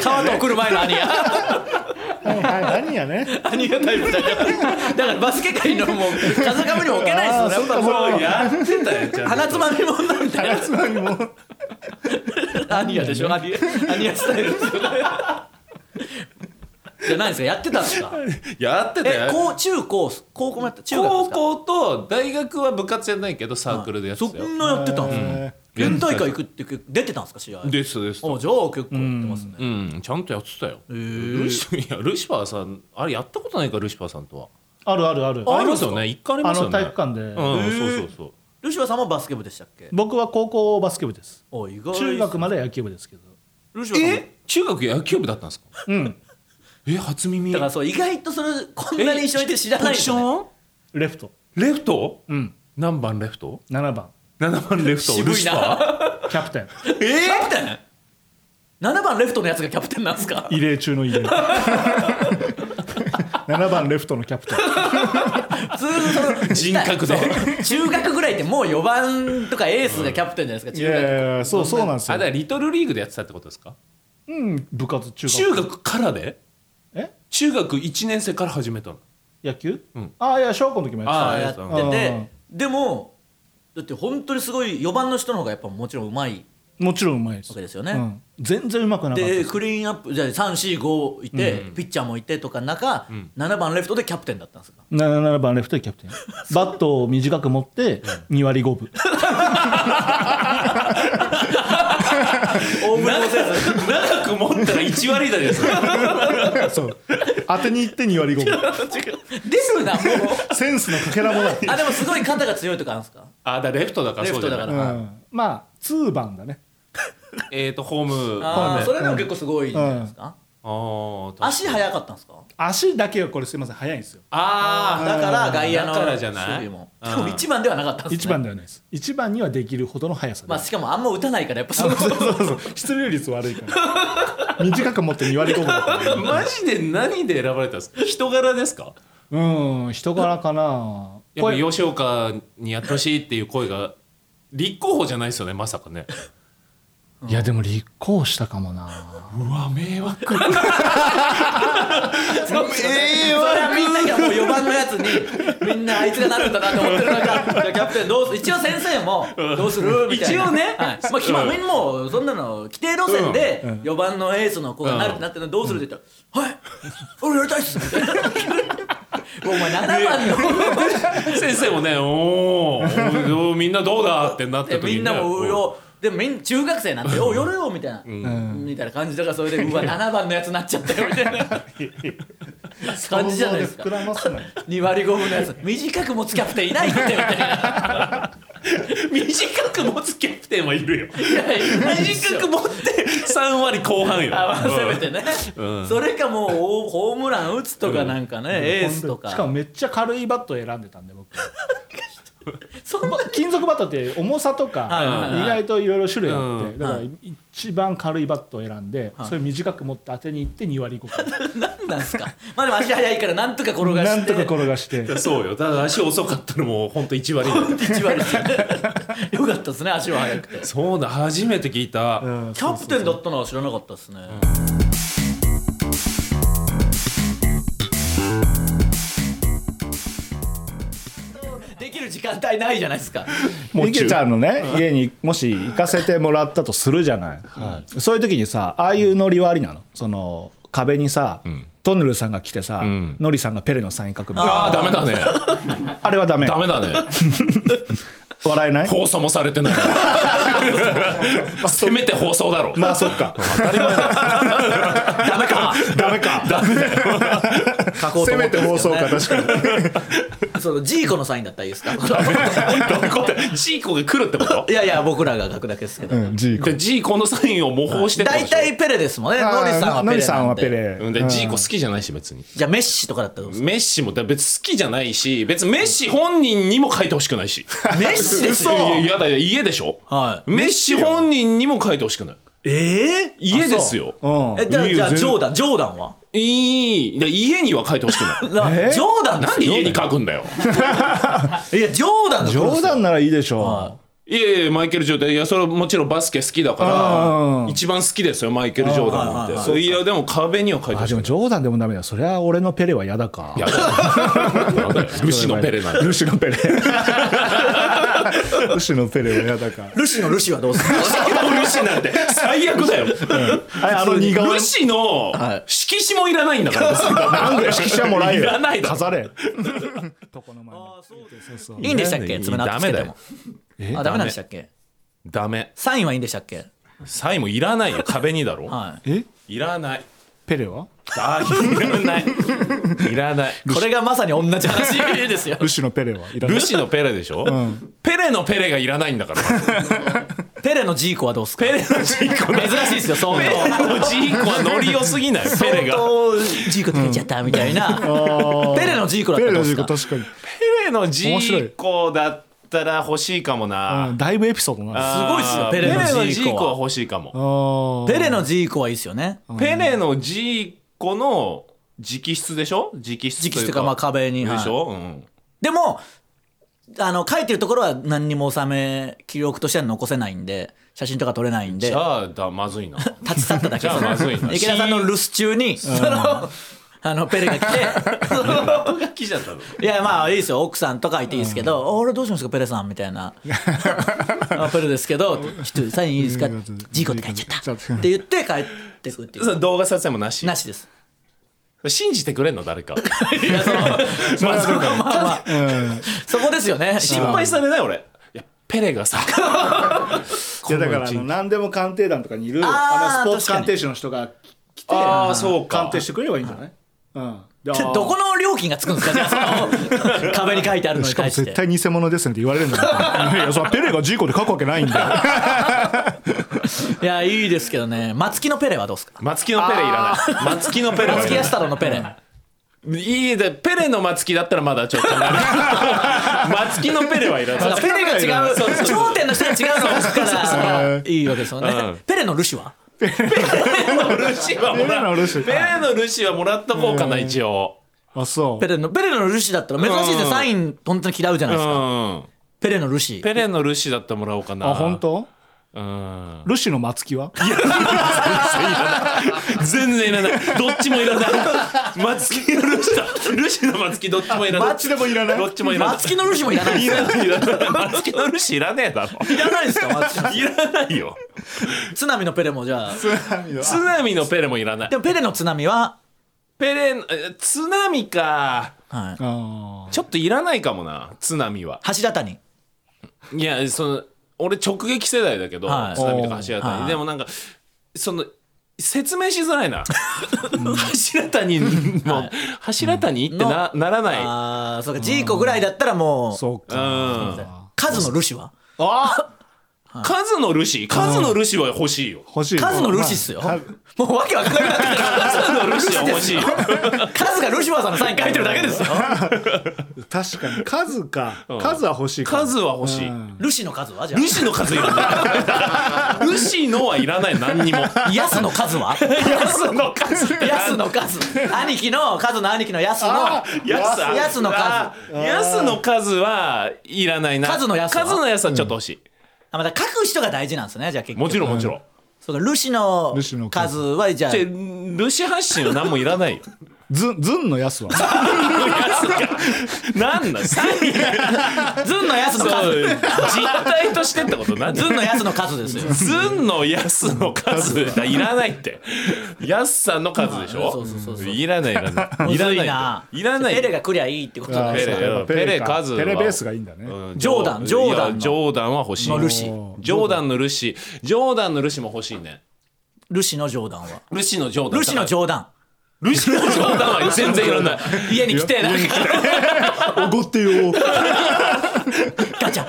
Speaker 3: 川と送る前のアニヤ
Speaker 4: はいはい何やね
Speaker 3: アニヤタイプだからだからバスケ界のもう風上にも置けないですよね
Speaker 4: あーそっか
Speaker 1: そうやってたよちゃんと
Speaker 3: 鼻つまみもんなんだよ
Speaker 4: つまりもう
Speaker 3: アニヤでしょアニヤアニヤスタイルですよねじゃないですかやってたんですか
Speaker 1: やってた
Speaker 3: え
Speaker 1: よ
Speaker 3: 高中高高校もやった中学です
Speaker 1: 高
Speaker 3: か
Speaker 1: 校と大学は部活やんないけどサークルでやってたよ
Speaker 3: そんなやってたんですね県大会行くって結構出てたんですか試合あじゃあ
Speaker 1: ですです
Speaker 3: 結構やってますね
Speaker 1: うんちゃんとやってたよルシいやルシファーさんあれやったことないからルシファーさんとは
Speaker 4: あるあるある
Speaker 1: ありますよね一回あり
Speaker 4: あ
Speaker 1: ますよ
Speaker 4: の
Speaker 1: ね
Speaker 4: 体育館
Speaker 1: う
Speaker 4: で
Speaker 1: んそうそうそう
Speaker 3: ルシファーさんもバスケ部でしたっけ
Speaker 4: 僕は高校バスケ部です
Speaker 3: お意外
Speaker 4: 中学まで野球部ですけど
Speaker 3: ルシファーさんも
Speaker 1: 中学野球部だったんですか
Speaker 4: うん
Speaker 1: え初耳
Speaker 3: だからそう意外とそれこんなに一緒にいて知らな
Speaker 1: ポ
Speaker 3: いん
Speaker 1: ジ
Speaker 3: です
Speaker 1: シ
Speaker 3: よね
Speaker 1: ョン
Speaker 4: レフト
Speaker 1: レフト
Speaker 4: うん
Speaker 1: 何番レフト
Speaker 4: 7番
Speaker 1: 7番レフト
Speaker 3: 渋いな
Speaker 1: ルシフ ァー
Speaker 4: キャプテン
Speaker 3: えキャプテン7番レフトのやつがキャプテンなんですか
Speaker 4: 異例中の異例 7番レフトのキャプ テン
Speaker 3: 普通その
Speaker 1: 人格だ
Speaker 3: そう中学ぐらいってもう4番とかエースがキャプテンじゃないですか
Speaker 4: い
Speaker 3: 中
Speaker 4: やい
Speaker 3: 学
Speaker 4: やいやそうそうなんです
Speaker 1: あだから
Speaker 4: よ
Speaker 1: リトルリーグでやってたってことですか
Speaker 4: うん部活中学
Speaker 1: 中学からで
Speaker 4: え
Speaker 1: 中学1年生から始めたの
Speaker 4: 野球、
Speaker 1: うん
Speaker 4: ああいや小学校の時もやってた
Speaker 1: あ
Speaker 3: や
Speaker 1: あ
Speaker 3: って
Speaker 4: うん
Speaker 3: てでもだって本当にすごい4番の人の方がやっぱもちろんうまい
Speaker 4: もちろんうまいです
Speaker 3: わけですよね
Speaker 4: うん、全然うまくなかった
Speaker 3: で
Speaker 4: です
Speaker 3: クリーンアップじゃあ345いて、ピッチャーもいてとか中、7番レフトでキャプテンだったんですか
Speaker 4: な7番レフトでキャプテンバットを短く持って2割5分
Speaker 3: 大振りもせず
Speaker 1: 長く持ったら1割だ です
Speaker 4: そう当てにいって2割5分
Speaker 3: 出るなも
Speaker 4: センスのかけらもな
Speaker 3: うあでもすごい肩が強いとかあるんですか
Speaker 1: あだからレフトだから
Speaker 3: レ
Speaker 1: そ
Speaker 3: フ
Speaker 1: うじ
Speaker 3: ト
Speaker 1: ゃな
Speaker 3: だか
Speaker 1: い
Speaker 3: ら、
Speaker 4: い、うん、まあ2番だね
Speaker 1: えーとホーム
Speaker 3: あ
Speaker 1: あ
Speaker 3: あそれでも結構すごいんじゃないですか、
Speaker 1: あー確かに
Speaker 3: 足速かったんですか
Speaker 4: 足だけはこれすいません速いんですよ
Speaker 1: あー
Speaker 3: だから外野
Speaker 1: だ
Speaker 3: の
Speaker 1: からじゃない
Speaker 3: 守備もでも1番ではなかったんです、ね、
Speaker 4: 1番ではないです1番にはできるほどの速さで
Speaker 3: まあしかもあんま打たないからやっぱその
Speaker 4: そうそうそう出塁率悪いから短く持って2割5分だった から
Speaker 1: マジで何で選ばれたんですか人柄ですか
Speaker 4: うん人柄かな
Speaker 1: やっぱ吉岡にやってほしいっていう声が立候補じゃないですよねまさかね
Speaker 4: いやでも立候補したかもな
Speaker 1: うわ迷 惑
Speaker 3: ええそれはみんながもう4番のやつにみんなあいつがなるんだなって思ってる中 じゃあキャプテンどうす一応先生もどうするみたいな
Speaker 1: 一応ね
Speaker 3: はいまあ、決ま
Speaker 1: うん
Speaker 3: みんなもうそんなの規定路線で
Speaker 4: うん
Speaker 3: 4番のエースの子がなるってなってるのどうするって言ったら「はい俺やりたいっす」みたいな。 もうお前7番の
Speaker 1: 先生もねおーおーみんなどうだってなった
Speaker 3: で
Speaker 1: 時に、ね、
Speaker 3: みんなもうよでみん中学生なんて「およろよ」みたいな、
Speaker 4: ん
Speaker 3: みたいな感じだからそれで「うわ7番のやつになっちゃったよ」みたいな感じじゃないですか
Speaker 4: 想像膨らますな
Speaker 3: 2割5分のやつ短く持つキャプテンいないってみたいな
Speaker 1: 短く持つキャプテンはいるよ
Speaker 3: いやいないです
Speaker 1: 短
Speaker 3: よ
Speaker 1: く持って3割後半よ
Speaker 3: あまあせめてね、
Speaker 1: うん
Speaker 3: それかもうおホームラン打つとかなんかね、エースとか
Speaker 4: しかもめっちゃ軽いバットを選んでたんで僕
Speaker 3: その
Speaker 4: 金属バットって重さと
Speaker 3: はい
Speaker 4: か
Speaker 3: はいはい
Speaker 4: 意外といろいろ種類あっ
Speaker 1: う
Speaker 4: てだから一番軽いバットを選んでそれ短く持って当てにいって2割5分
Speaker 3: 何なんすかまあでも足速いからなんとか転がして
Speaker 4: なんとか転がして
Speaker 1: うんそうよだから足遅かったのもほんと1割だよ
Speaker 3: 1割して よかったですね足は速くて
Speaker 1: そうだ初めて聞いた、
Speaker 4: うん
Speaker 3: キャプテンだったのは知らなかったですね、できる時間帯ないじゃないですか
Speaker 4: もう池ちゃんのね家にもし行かせてもらったとするじゃない、そういう時にさああいうノリはありなのその壁にさ、トンネルさんが来てさ、
Speaker 1: ん
Speaker 4: ノリさんがペレのサイン書くみたいな
Speaker 1: ああダメだね
Speaker 4: あれはダメ
Speaker 1: ダメだね
Speaker 4: 笑えない
Speaker 1: 放送もされてないせめて放送だろ
Speaker 4: まあそっか
Speaker 3: ダメか
Speaker 4: ダメか
Speaker 3: 書こうと
Speaker 4: せ
Speaker 3: 思
Speaker 4: め
Speaker 3: って
Speaker 4: て
Speaker 3: るん
Speaker 4: 放
Speaker 3: ですけ
Speaker 4: 送
Speaker 3: どね
Speaker 4: か確か に
Speaker 3: そのジーコのサインだったらいいですか
Speaker 1: どういうことジーコが来るってこと
Speaker 3: いやいや僕らが書くだけですけど
Speaker 2: うん、ジーコ。
Speaker 1: でジーコのサインを模倣してってこと
Speaker 3: 大
Speaker 1: でしょ
Speaker 3: 体ペレですもんねノリさんはペレなん
Speaker 2: ノ
Speaker 3: で
Speaker 2: リさんはペレ。
Speaker 1: うんでジーコ好きじゃないし別に
Speaker 3: じゃあメッシとかだったらどうです
Speaker 1: メッシもだ別に好きじゃないし別にメッシ本人にも書いてほしくないし
Speaker 3: かメッシですよ
Speaker 1: いやいやだよ家でしょ、
Speaker 3: はい
Speaker 1: メッシ本人にも書いてほしくない
Speaker 3: ええ
Speaker 1: 家ですよ
Speaker 2: うん。
Speaker 3: えじゃあ
Speaker 1: いいよ
Speaker 3: じゃあ
Speaker 1: 全然
Speaker 3: ジョーダンジョーダンはい
Speaker 1: いで家には書いてほしくない
Speaker 3: な
Speaker 2: え
Speaker 3: ジョーダンで
Speaker 1: なん
Speaker 3: す
Speaker 1: で
Speaker 3: よ
Speaker 1: 家に書くんだよ
Speaker 3: いやジョーダンが来るんで
Speaker 2: 冗
Speaker 3: すよ
Speaker 2: 談ならいいでしょ
Speaker 1: いやいやマイケル・ジョーダンいやそれはもちろんバスケ好きだ
Speaker 2: あ
Speaker 1: から
Speaker 2: ー
Speaker 1: 一番好きですよマイケル・ジョーダンなんてそういやでも壁には書いて
Speaker 2: う。あ、
Speaker 1: ほしく
Speaker 2: でも
Speaker 1: ない
Speaker 2: 冗談でもダメだ。そりゃ俺のペレは嫌だか。
Speaker 1: やだよやだよルシのペレなんて
Speaker 2: ルシのペレ。 ルシのペレは嫌だか。
Speaker 3: ルシのルシはどうする
Speaker 1: ルシなんて最悪だよ。
Speaker 2: あの似顔絵
Speaker 1: ルシの色紙もいらないんだから別に。
Speaker 2: なんで色紙はもらえよ。
Speaker 1: いらないだろ
Speaker 2: 飾れ。
Speaker 3: いいんでしたっけ爪の跡つけてもあダメなんでしたっけ
Speaker 1: ダメ。
Speaker 3: サインはいいんでしたっけ
Speaker 1: サインもいらないよ。壁にだろ。
Speaker 3: はい
Speaker 2: え
Speaker 1: いらない。
Speaker 2: ペレは
Speaker 1: あーいらない。いらない。
Speaker 3: これがまさに同じ話ですよ
Speaker 2: ルシのペレはいらない
Speaker 1: ル。シのペレでしょ、
Speaker 2: ん
Speaker 1: ペレのペレがいらないんだから。
Speaker 3: ペレのジーコはどうすか
Speaker 1: ペレのジーコね。
Speaker 3: 珍しいですよ相
Speaker 1: ペレ
Speaker 3: 当
Speaker 1: のジーコはノリ良すぎないペレ
Speaker 3: 相
Speaker 1: が。
Speaker 3: 当ジーコつけちゃったみたい なペレのジーコだっ
Speaker 2: ペ
Speaker 3: た
Speaker 2: レの
Speaker 3: らどう
Speaker 2: ジー
Speaker 3: す
Speaker 2: コ
Speaker 3: か
Speaker 2: 確かに。
Speaker 1: ペレのジーコだったら欲しいかもな。
Speaker 2: うんだいぶエピソードなんです。
Speaker 3: すごいっすよペレのジーコは
Speaker 1: ペレのジーコは欲しいかも。
Speaker 2: あー
Speaker 3: ペレのジーコはいいですよね
Speaker 1: ペレのジーコの直筆でしょ直筆という
Speaker 3: 直
Speaker 1: か
Speaker 3: 筆とかまあ壁に
Speaker 1: でし
Speaker 3: はい
Speaker 1: ょ、うん、
Speaker 3: でもあの書いてるところは何にも収め記録としては残せないんで写真とか撮れないんで
Speaker 1: じゃあだまず いな
Speaker 3: 立ち去っただけ
Speaker 1: じゃあまずいな
Speaker 3: 池田さんの留守中にそのあのペレが来てその
Speaker 1: 来ちゃったの
Speaker 3: いやまあいいですよ奥さんとかいていいですけど「あ俺どうしますかペレさん」みた いな「あペレですけどちょっとサインいいですか?」事故って書いちゃった」って言って帰ってくってい
Speaker 1: そうの動画撮影もなし
Speaker 3: なしです
Speaker 1: 信じてくれんの 誰か
Speaker 3: いやそのまあそこまあまあそこですよね
Speaker 1: 心配されない俺いやペレがさ
Speaker 4: いやだからあの何でも鑑定団とかにいる
Speaker 3: あー
Speaker 4: あのスポーツ
Speaker 3: 確か
Speaker 4: 鑑
Speaker 3: に
Speaker 4: 定士の人が来て
Speaker 1: あーそうか
Speaker 4: 鑑定してくれればいいんじゃない、うん、であ
Speaker 3: ち
Speaker 4: ー
Speaker 3: ょどこの料金がつくんですかじゃ あその壁に書いてあるのに
Speaker 2: しかも
Speaker 3: 対して
Speaker 2: 絶対偽物ですねって言われるんだからいやそれはペレがジーコで書くわけないんだよ
Speaker 3: いやいいですけどね松木のペレはどうですか
Speaker 1: 松木のペレいらない松木のペレは
Speaker 3: 松
Speaker 1: い
Speaker 3: 木
Speaker 1: ら
Speaker 3: 安
Speaker 1: な
Speaker 3: 太郎のペレ
Speaker 1: いいいでペレの松木だったらまだちょっと 松木のペレはいらない
Speaker 3: ペレが違う
Speaker 1: そうそうそう
Speaker 3: 頂点の人が違うのを聞くからいいわけですよ
Speaker 1: う
Speaker 3: ね
Speaker 1: ん
Speaker 3: ペレのルシは
Speaker 1: ペレのルシはも
Speaker 2: ペレ
Speaker 1: ら
Speaker 2: のルシ
Speaker 1: ペレのルシはもらっとこうかな一応
Speaker 2: あそ
Speaker 3: ペレのペレのルシだったら珍しいです
Speaker 1: う
Speaker 3: ね
Speaker 1: ん
Speaker 3: サイン本当に嫌うじゃないうですか
Speaker 1: ん
Speaker 3: ペレのルシ
Speaker 1: ペレのルシだったらもらおうか
Speaker 2: う
Speaker 1: な
Speaker 2: あ本当
Speaker 1: うん
Speaker 2: ルシの松木は
Speaker 1: 全然いらない。どっちもいらない。松木のルシだ。ルシの松木どっちもいらない。どっち
Speaker 2: でもいらない
Speaker 1: もいらない。
Speaker 3: 松木のルシもいらない
Speaker 1: いらないいらない。松木のルシいらねえだろ。
Speaker 3: いらないですか松木
Speaker 1: いらないよ。
Speaker 3: 津波のペレもじゃあ
Speaker 1: 津波のペレもいらない
Speaker 3: で。もペレの津波は
Speaker 1: ペレ、え津波か。
Speaker 3: はい
Speaker 2: あ
Speaker 1: ちょっといらないかもな。津波は。
Speaker 3: 橋谷
Speaker 1: いや、その、俺直撃世代だけど、
Speaker 3: はい
Speaker 1: 津波とか柱
Speaker 3: おーは
Speaker 1: 谷。
Speaker 3: い
Speaker 1: でもなんか、その、説明しづらいな。柱谷の、柱谷ってなならない。
Speaker 3: ああそうかジーコぐらいだったらも
Speaker 2: あ
Speaker 3: う
Speaker 2: そう
Speaker 1: う
Speaker 2: か
Speaker 1: ん。
Speaker 3: カズのルシは
Speaker 1: カズのルシカズのルシは欲しいよ。
Speaker 2: 欲しいよ
Speaker 3: カズのルシっすよ
Speaker 2: まあ
Speaker 3: もうわけわかんなくなってきた
Speaker 1: カズのルシは欲しいよ。
Speaker 3: カズがルシファーさんのサイン書いてるだけですよ
Speaker 2: 確かにカズか
Speaker 1: ん
Speaker 2: カズは欲しいか
Speaker 1: カズは欲しい。
Speaker 3: ルシの数はじゃ
Speaker 1: ルシの数いらない。ルシのはいらない、何に も。
Speaker 3: あヤスの数は
Speaker 1: ヤスの数
Speaker 3: ヤスの数兄貴のカズの兄貴のヤスのヤスの数
Speaker 1: ヤ
Speaker 3: あ
Speaker 1: スヤスの数はいらないな。
Speaker 3: カズのヤスは
Speaker 1: カズのヤスはちょっと欲し
Speaker 3: また書く人が大事なんですねじゃあ結
Speaker 1: い。も
Speaker 3: 局
Speaker 1: ちろんもちろん。
Speaker 3: そうかルシの
Speaker 2: ルシの数
Speaker 3: 数はじゃあ
Speaker 1: でルシ発信は何もいらないよ。
Speaker 2: ズンズンのやすは
Speaker 1: なんだ、サイン
Speaker 3: ズンのヤスの
Speaker 1: そう
Speaker 3: 数
Speaker 1: 実態としてってことなんだ
Speaker 3: ズンのヤスの数ですよ
Speaker 1: ずんのやすの数いらないって。やすさんの数でしょ
Speaker 3: そうそうそうそう
Speaker 1: いらないいら ない。
Speaker 3: む
Speaker 1: いら
Speaker 3: ず
Speaker 1: ない
Speaker 3: いな。
Speaker 1: いらない。
Speaker 3: ペレが来りゃいいってこと
Speaker 2: あー
Speaker 3: だ
Speaker 1: ペレ
Speaker 2: そうか
Speaker 1: ペレ
Speaker 2: か
Speaker 1: カズは
Speaker 2: ペレベースがいいんだね
Speaker 1: うん
Speaker 3: ジョーダンジョーダンの
Speaker 1: いやジョーダンは欲しい。
Speaker 3: のルシ
Speaker 1: ジョーダンのルシ。ジョーダンのルシも欲しいね。
Speaker 3: ルシの冗談は
Speaker 1: ルシのジョーダン。
Speaker 3: ルシの冗談
Speaker 1: ルシのジョーダンは全然いらない。
Speaker 3: 家に来てなんか
Speaker 2: おごってよ。
Speaker 3: ガチャ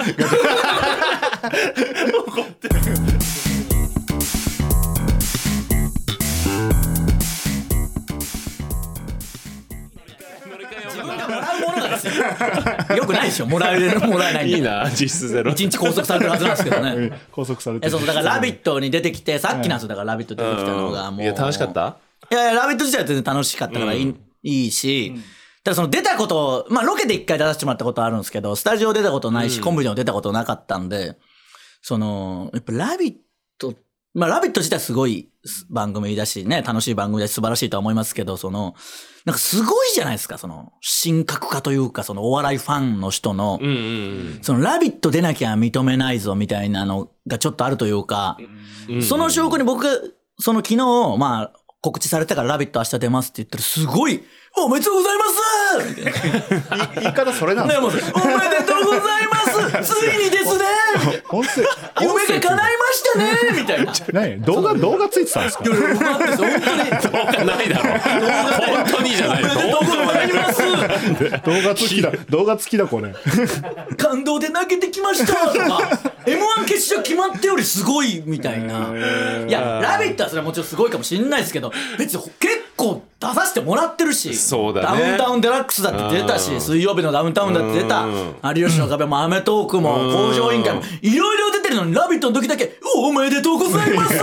Speaker 3: 自分がもらうものなんですよ。よくないでしょ。もらえるもらえないん
Speaker 1: い
Speaker 3: で
Speaker 1: いな、実質ゼロ。
Speaker 3: 一日拘束されてるはずなんですけどね。
Speaker 2: 拘束されて
Speaker 3: え
Speaker 2: る。
Speaker 3: そうそうだから「ラビット!」に出てきてさっきなんですよだから「ラビット!」出てきたのがもう
Speaker 1: いや、楽しかった
Speaker 3: いやいや「ラビット!」自体は全然楽しかったからいい,、いいし、ただその出たことまあロケで一回出させてもらったことあるんですけどスタジオ出たことないし、コンビでも出たことなかったんでそのやっぱ「ラビット!」まあ、ラビット自体すごい番組だしね、楽しい番組だし素晴らしいとは思いますけど、その、なんかすごいじゃないですか、その、神格化というか、そのお笑いファンの人の、
Speaker 1: うんうん
Speaker 3: その「ラビット!」出なきゃ認めないぞみたいなのがちょっとあるというか、
Speaker 1: うん。
Speaker 3: その証拠に僕がその昨日、まあ、告知されたから「ラビット!」明日出ますって言ったらすごい「おめでとうございます!」みたいな
Speaker 2: 言い方それなんだ
Speaker 3: ね。もうおめでとうございますついにですね
Speaker 2: 音声。
Speaker 3: 夢が叶いましたねみたいな。
Speaker 2: 何動画、動画ついてたんですか
Speaker 3: いやいや僕はですよ本当に
Speaker 1: 他ないだろ。 本当にじゃない
Speaker 3: おめでとうございます
Speaker 2: 動画付きだ。動画付きだ、これ。
Speaker 3: 感動で泣けてきましたとか m 1決勝決まったよりすごいみたいな、いや「ラビット!」はそれはもちろんすごいかもしれないですけど別に結構出させてもらってるし
Speaker 1: そうだね
Speaker 3: ダウンタウンデラックスだって出たし水曜日のダウンタウンだって出た
Speaker 1: う
Speaker 3: 有吉の壁も『アメトーーク』も『向上委員会』もいろいろ出てるのに「ラビット!」の時だけ「おめでとうございます! 」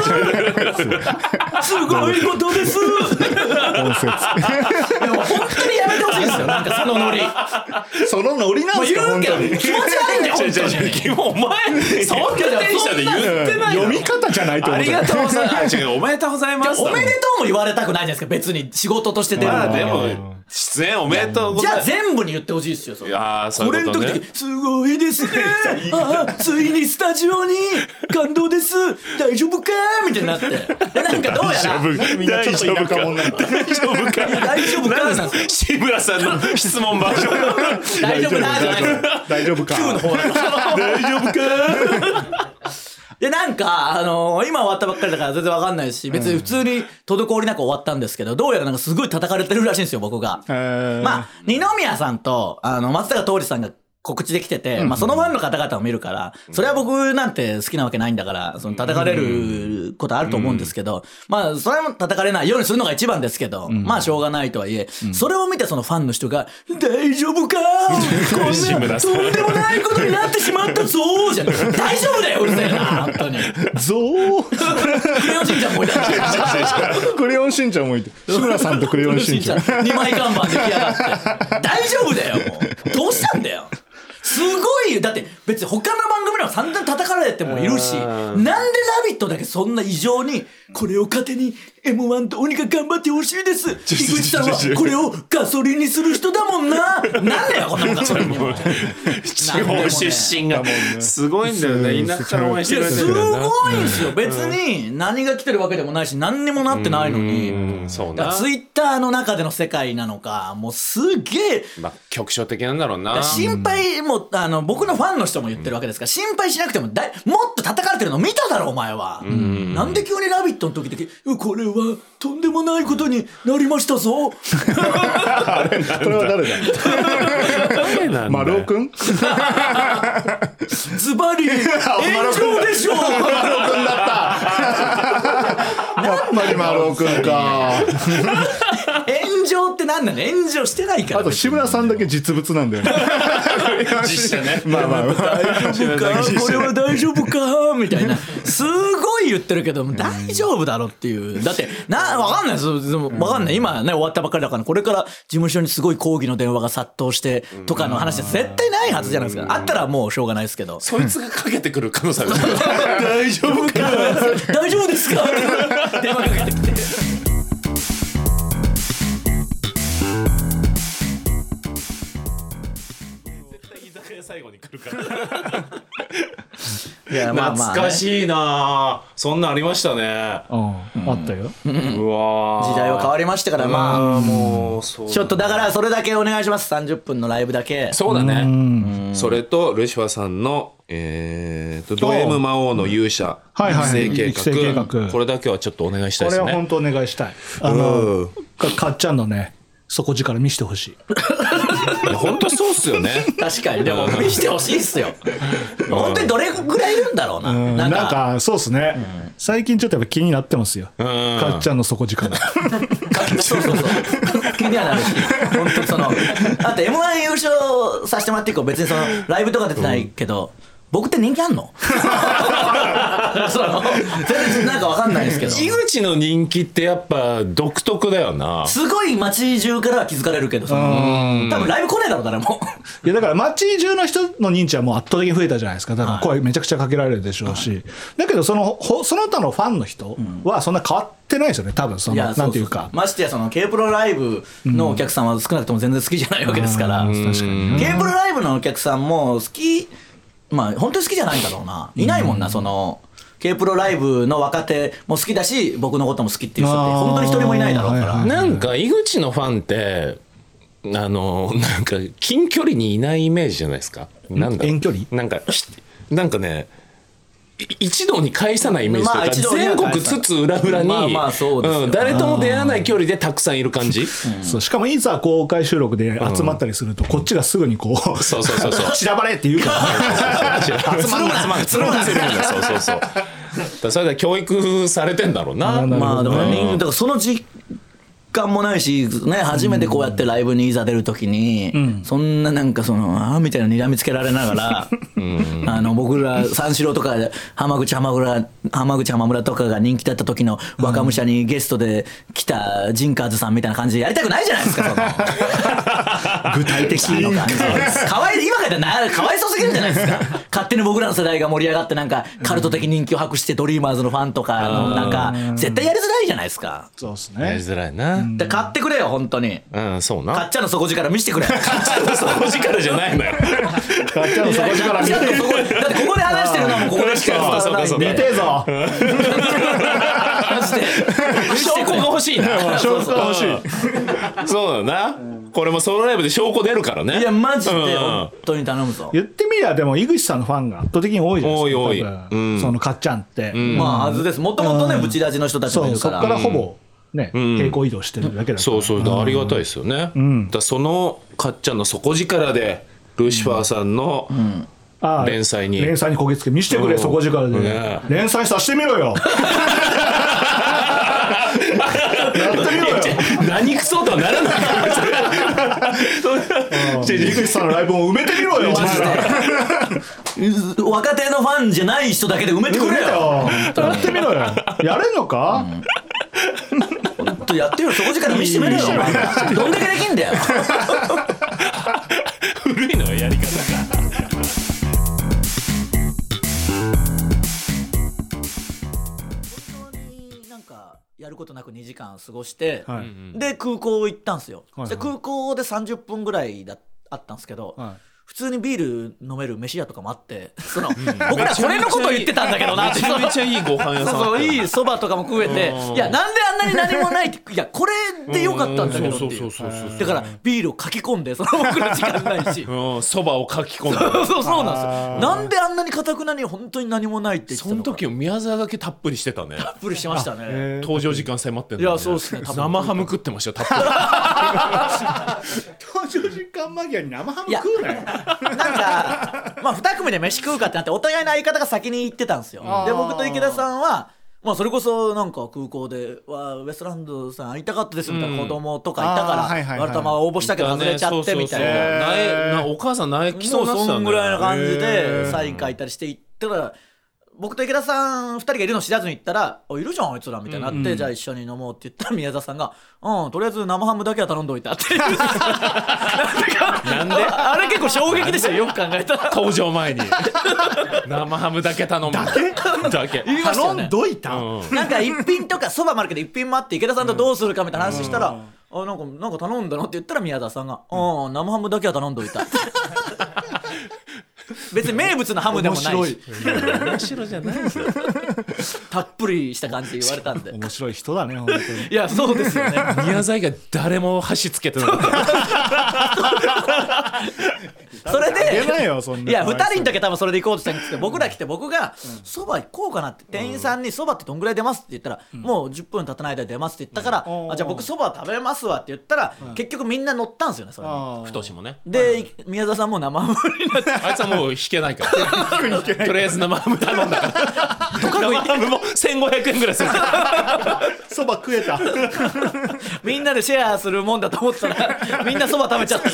Speaker 3: すごいことです
Speaker 2: 音声
Speaker 3: でも本当にやめてほしいんですよなんかそのノリ。
Speaker 2: そのノリなんですか、
Speaker 3: 言う
Speaker 2: 本
Speaker 3: けど
Speaker 2: 当
Speaker 3: 気
Speaker 2: に
Speaker 3: 持。ち悪いんだよ
Speaker 1: 違う
Speaker 3: 本当に
Speaker 1: 違う違うお前、そんなテンションで言ってない
Speaker 2: 読
Speaker 1: よ。
Speaker 2: み方じゃないと思
Speaker 1: あ
Speaker 2: う
Speaker 1: り。がとうございます。あ違うおめでとうございます。
Speaker 3: おめでとうも言われたくないじゃないですか別に仕事として出るの
Speaker 1: まあ
Speaker 3: に
Speaker 1: でも、出演おめでとうご
Speaker 3: じ
Speaker 1: ざい
Speaker 3: ゃあ
Speaker 1: ます。
Speaker 3: 全部に言ってほしいですよそれ
Speaker 1: あーそう
Speaker 3: こ
Speaker 1: い
Speaker 3: れ
Speaker 1: うこ
Speaker 3: の
Speaker 1: と
Speaker 3: 時
Speaker 1: ね
Speaker 3: だけすご いですねあーついにスタジオに感動です大丈夫かみたいになってでなんかどうやら
Speaker 2: みんなちょっと田舎者なんだ。
Speaker 1: 大丈夫か
Speaker 3: 大丈夫かなんですよ
Speaker 1: 志村さんの質問バージョン。
Speaker 3: 大丈夫なじゃないです
Speaker 2: 大丈夫か。
Speaker 1: 大丈夫か
Speaker 3: で、なんか、あのー今終わったばっかりだから全然わかんないし、別に普通に滞りなく終わったんですけど、どうやらなんかすごい叩かれてるらしいんですよ、僕が。
Speaker 2: へー
Speaker 3: まあ、二宮さんと、あの、松坂桃李さんが告知できてて、まあ、そのファンの方々を見るから、それは僕なんて好きなわけないんだから、その叩かれることあると思うんですけど、まあ、それは叩かれないようにするのが一番ですけど、まあ、しょうがないとはいえ、それを見てそのファンの人が、 大丈夫かこん
Speaker 1: 志村
Speaker 3: な、
Speaker 1: さ
Speaker 3: と
Speaker 1: ん
Speaker 3: んでもないことになってしまったぞーじゃん。大丈夫だよ、うるせえな、本 当に。
Speaker 2: ゾ ー。
Speaker 3: クレヨンしんちゃんもいたし。
Speaker 2: クレヨンしんちゃんもいて。 志村さんとクレヨンしんちゃん。
Speaker 3: 2枚看板出来上がって大丈夫だよもうどうしたんだよすごいよだって別に他の番組でも散々叩かれてもいるしなんで「ラビット!」だけそんな異常にこれを糧に m 1どうにか頑張ってほしいです井口さんはこれをガソリンにする人だもんななんだよこんなもんガソリンにも
Speaker 1: 地方出身がすごいんだよね。田舎から応援し
Speaker 3: い
Speaker 1: てく
Speaker 3: や
Speaker 1: れて
Speaker 3: す
Speaker 1: るんだよな。
Speaker 3: ごいんですよ別に何が来てるわけでもないし何にもなってないのに
Speaker 1: うんそう
Speaker 3: だか
Speaker 1: な
Speaker 3: ら。ツイッターの中での世界なのかもうすげえ
Speaker 1: まあ、局所的なんだろうな。
Speaker 3: 心配もあの僕のファンの人も言ってるわけですから心配しなくてもだいもっと叩かれてるの見ただろお前はなんで急に「ラビット!」の時だけ「これはとんでもないことになりましたぞ」
Speaker 2: これは誰だ
Speaker 1: 配なんだ
Speaker 2: 丸尾
Speaker 1: よ。
Speaker 2: くん
Speaker 3: 「ズ バリ炎上でしょう!」
Speaker 2: やっぱり丸尾くん か。
Speaker 3: 炎上って何なの炎上してないから
Speaker 2: あと志村さんだけ実物なんだよね。
Speaker 1: 実写 ね。
Speaker 2: まあまあまあ。
Speaker 3: 大丈夫かこれは大丈夫かみたいなすごい言ってるけど大丈夫だろっていうだってなわかんないですでもわかんない今ね終わったばっかりだからこれから事務所にすごい抗議の電話が殺到してとかの話は絶対ないはずじゃないですかあったらもうしょうがないですけど
Speaker 1: そいつがかけてくる可能性ある。 大丈夫か
Speaker 3: 大丈夫です かって電話かけてきて
Speaker 1: 最後に来るから。
Speaker 3: いやまあまあ
Speaker 1: 懐
Speaker 3: ね
Speaker 1: かしいなあそんなんありましたね。
Speaker 2: あったよ。
Speaker 1: うわあ
Speaker 3: 時代は変わりましたからまあ
Speaker 1: あーもうそう
Speaker 3: ちょっとだからそれだけお願いします30分のライブだけ
Speaker 1: そうだねそれとルシファーさんのえーとド M 魔王の勇者
Speaker 4: はいはい
Speaker 1: 育成計
Speaker 4: 育成
Speaker 1: 画
Speaker 4: 計画
Speaker 1: これだけはちょっとお願いしたい
Speaker 4: こ
Speaker 1: で
Speaker 4: れ
Speaker 1: す
Speaker 4: は
Speaker 1: ね
Speaker 4: 本当お願いしたい。あの、
Speaker 1: うん
Speaker 4: かかっちゃんのね、底力見せてほしい。
Speaker 1: いや本当そうっすよ ね。
Speaker 3: 確かに。でも、見してほしいっす よ。本当にどれぐらいいるんだろうな。
Speaker 4: うん
Speaker 3: な
Speaker 4: なんん
Speaker 3: か、
Speaker 4: か、そうですね。最近ちょっとやっぱ気になってますよ。かっちゃんの 底力。
Speaker 3: そうそうそう。気にはなるし。本当その、だって M1 優勝させてもらって以降、別にその、ライブとか出てないけど、僕って人気あんの その全然なんかわかんないですけど。
Speaker 1: 井口の人気ってやっぱ独特だよな。
Speaker 3: すごい街中からは気づかれるけど、その多分ライブ来ないだろう、誰も。
Speaker 4: いやだから街中の人の認知はもう圧倒的に増えたじゃないですか。だから声めちゃくちゃかけられるでしょうし。だけどその、ほその他のファンの人はそんな変わってないですよね。多分そ
Speaker 3: い
Speaker 4: の、
Speaker 3: や、
Speaker 4: なんていう
Speaker 3: そ
Speaker 4: か
Speaker 3: そ。ましてや、その、K プロライブのお客さんは少なくとも全然好きじゃないわけですから、K
Speaker 4: 確かに。
Speaker 3: プロライブのお客さんも好き、まあ、本当に好きじゃないんだろうな。いないもんな、その、K プロライブの若手も好きだし、僕のことも好きっていう人って、
Speaker 4: あー
Speaker 3: 本当に一人もいないだろうか
Speaker 4: はいは
Speaker 3: ら。
Speaker 1: なんか井口のファンって、あの、なんか近距離にいないイメージじゃないですか。なんだろう
Speaker 4: 遠距離
Speaker 1: なんか、ひなんかね、い一堂に介さないイメージと
Speaker 3: まあ一
Speaker 1: いうか、
Speaker 3: 堂には
Speaker 1: 全国津々浦々に、
Speaker 3: まあまあそうですよ
Speaker 1: ん誰とも出会わない距離でたくさんいる感 じ。
Speaker 4: そうしかもいざ公開収録で集まったりすると、こっちがすぐにこう、
Speaker 1: そうそうそうそう。
Speaker 4: 散らばれって言うから。
Speaker 1: 集まんな集まんな集まんなそうそうそう。だからそれで教育されてんだろうな。
Speaker 3: まあ、だから、だからその実感もないし、ね、初めてこうやってライブにいざ出るときに、そんななんかその、ああみたいなの睨みつけられなが ら、あの、僕ら、三四郎とか、浜口浜村、浜口浜村とかが人気だった時の若武者にゲストで来たジンカーズさんみたいな感じでやりたくないじゃないですか、そ の。具体的な感じ。かわい、今からな、かわいそうすぎるじゃないですか。勝手に僕らの世代が盛り上がって、なんか、カルト的人気を博して、ドリーマーズのファンとかの、なんか、絶対やりづらいじゃないですか。
Speaker 4: そうです
Speaker 1: やり
Speaker 4: ね。
Speaker 1: づらいな。
Speaker 3: で買ってくれよ本当に
Speaker 1: うん、そう
Speaker 3: か
Speaker 1: な。
Speaker 3: っちゃんの底力見せてくれかっちゃん の底
Speaker 1: 底力じゃないのよ。
Speaker 4: かっちゃんの底力見て
Speaker 3: 力ここ だってここで話してるのもここでしか伝わらない
Speaker 1: そ
Speaker 3: ん
Speaker 1: うかそうかそうか
Speaker 3: で
Speaker 4: 見てえぞ。
Speaker 3: マジで見せ
Speaker 1: 証
Speaker 3: て
Speaker 1: 拠
Speaker 3: く
Speaker 1: が
Speaker 3: れ
Speaker 1: 欲しいな。
Speaker 4: 証拠が欲しい。
Speaker 1: そうだな。これもソロライブで証拠出るからね。
Speaker 3: いやマジで
Speaker 1: うん
Speaker 3: 本当に頼むぞ
Speaker 4: 言ってみりゃでも井口さんのファンが圧倒的に多いじゃないですか
Speaker 1: 多い多い
Speaker 4: 多分そのかっちゃんって、
Speaker 3: まあはずですもともとねブチラジの人たち
Speaker 4: そ
Speaker 3: もいうるか
Speaker 4: そこかららほぼね、平行移動してるだけだから
Speaker 1: そうそう、だからありがたいですよね。だからそのかっちゃんの底力で、ルシファーさんの、
Speaker 4: ああ
Speaker 1: 連載に
Speaker 4: 連載にこぎつけ見してくれ、
Speaker 1: うん
Speaker 4: 底力で、
Speaker 1: ね
Speaker 4: 連載させてみ ろよやってみろよ
Speaker 1: 何クソとはならない。
Speaker 4: 井口さんのライブも埋めてみろよマジで
Speaker 3: うん若手のファンじゃない人だけで埋めてくれよ
Speaker 4: やってみろよやれんのか、
Speaker 3: ちょっとやってよ底力見せてみろよお前らどんだけできんだよ
Speaker 1: 古いのよやり方
Speaker 3: なんかやることなく2時間過ごして、
Speaker 4: はい
Speaker 3: で空港行ったんですよ、
Speaker 4: はいはい
Speaker 3: で空港で30分ぐらいだあったんですけど、
Speaker 4: はい
Speaker 3: 普通にビール飲める飯屋とかもあってその、僕らこれのこと言ってたんだけどなっ
Speaker 1: め
Speaker 3: て
Speaker 1: ちゃめちゃいいご飯
Speaker 3: そ
Speaker 1: 屋
Speaker 3: う
Speaker 1: さんあ
Speaker 3: そ
Speaker 1: っ
Speaker 3: う
Speaker 1: たよ。
Speaker 3: いいそばとかも食えていやなんであんなに何もないっていやこれでよかったんだけどっていうだからビールをかき込んでその僕ら時間ないし
Speaker 1: うん、そばをかき込んだ。
Speaker 3: そうそうなんですよなんであんなにかたくなに本当に何もないって言って た
Speaker 1: そ
Speaker 3: の
Speaker 1: の
Speaker 3: か
Speaker 1: 時も宮沢だけたっぷりしてたね。
Speaker 3: たっぷりしてま したね、
Speaker 1: 登場時間迫ってんのに
Speaker 3: いやそうっすね多分
Speaker 1: 生ハム食ってましたよたっぷり。
Speaker 4: 登場時間間際に生ハム
Speaker 3: いや
Speaker 4: 食うなよ
Speaker 3: なんか、まあ、2組で飯食うかってなってお互いの相方が先に行ってたんですよで僕と池田さんは、まあ、それこそなんか空港で「わあウエストランドさん会いたかったです」みたいな子供とかいたから、
Speaker 4: あーはいはいはい
Speaker 3: たま応募したけど外れちゃってみたいな、
Speaker 1: なえなお母さん泣きそう
Speaker 3: もう
Speaker 1: になって
Speaker 3: そ
Speaker 1: た
Speaker 3: ん
Speaker 1: んだよ
Speaker 3: ぐらいの感じでサイン書いたりして行ったら僕と池田さん2人がいるの知らずに行ったら「あいるじゃんあいつら」みたいになって、じゃあ一緒に飲もうって言ったら宮沢さんが「うんとりあえず生ハムだけは頼んどいた」ってなんで あれ結構衝撃でしたよよく考えたら。
Speaker 1: 工場前に生ハムだけ頼むだけだけ
Speaker 3: 言いましたよね
Speaker 4: 頼んどいた、
Speaker 1: うん
Speaker 3: なんか一品とかそばもあるけど一品もあって池田さんとどうするかみたいな話したら「あなんかなんか頼んだの?」って言ったら宮田さんが「うん生ハムだけは頼んどいた」別に名物のハムでもない
Speaker 4: 面白
Speaker 3: し
Speaker 4: い
Speaker 1: 面白じゃないですよ
Speaker 3: たっぷりした感じで言われたんで
Speaker 4: 面白い人 だね本当に
Speaker 3: いやそうですよね
Speaker 1: 宮沢以外誰も箸つけてなかった
Speaker 3: それで
Speaker 4: 出ないよそんない
Speaker 3: や2人の時は多分それで行こうとしたんですけど僕ら来て僕が「そば行こうかな」って店員さんに「そばってどんぐらい出ます?」って言ったら「もう10分経たない間で出ます」って言ったから
Speaker 4: う
Speaker 3: 「
Speaker 4: ん
Speaker 3: あじゃあ僕そば食べますわ」って言ったら結局みんな乗ったんですよねそれに
Speaker 4: あー
Speaker 1: ふとしもね
Speaker 3: で宮沢さんも生盛りになって
Speaker 1: あいつはもう引けないから とりあえず生ハム頼んだから生ハムも1500円ぐらいする
Speaker 2: そば食えた。
Speaker 3: みんなでシェアするもんだと思ってたら みんなそば食べちゃった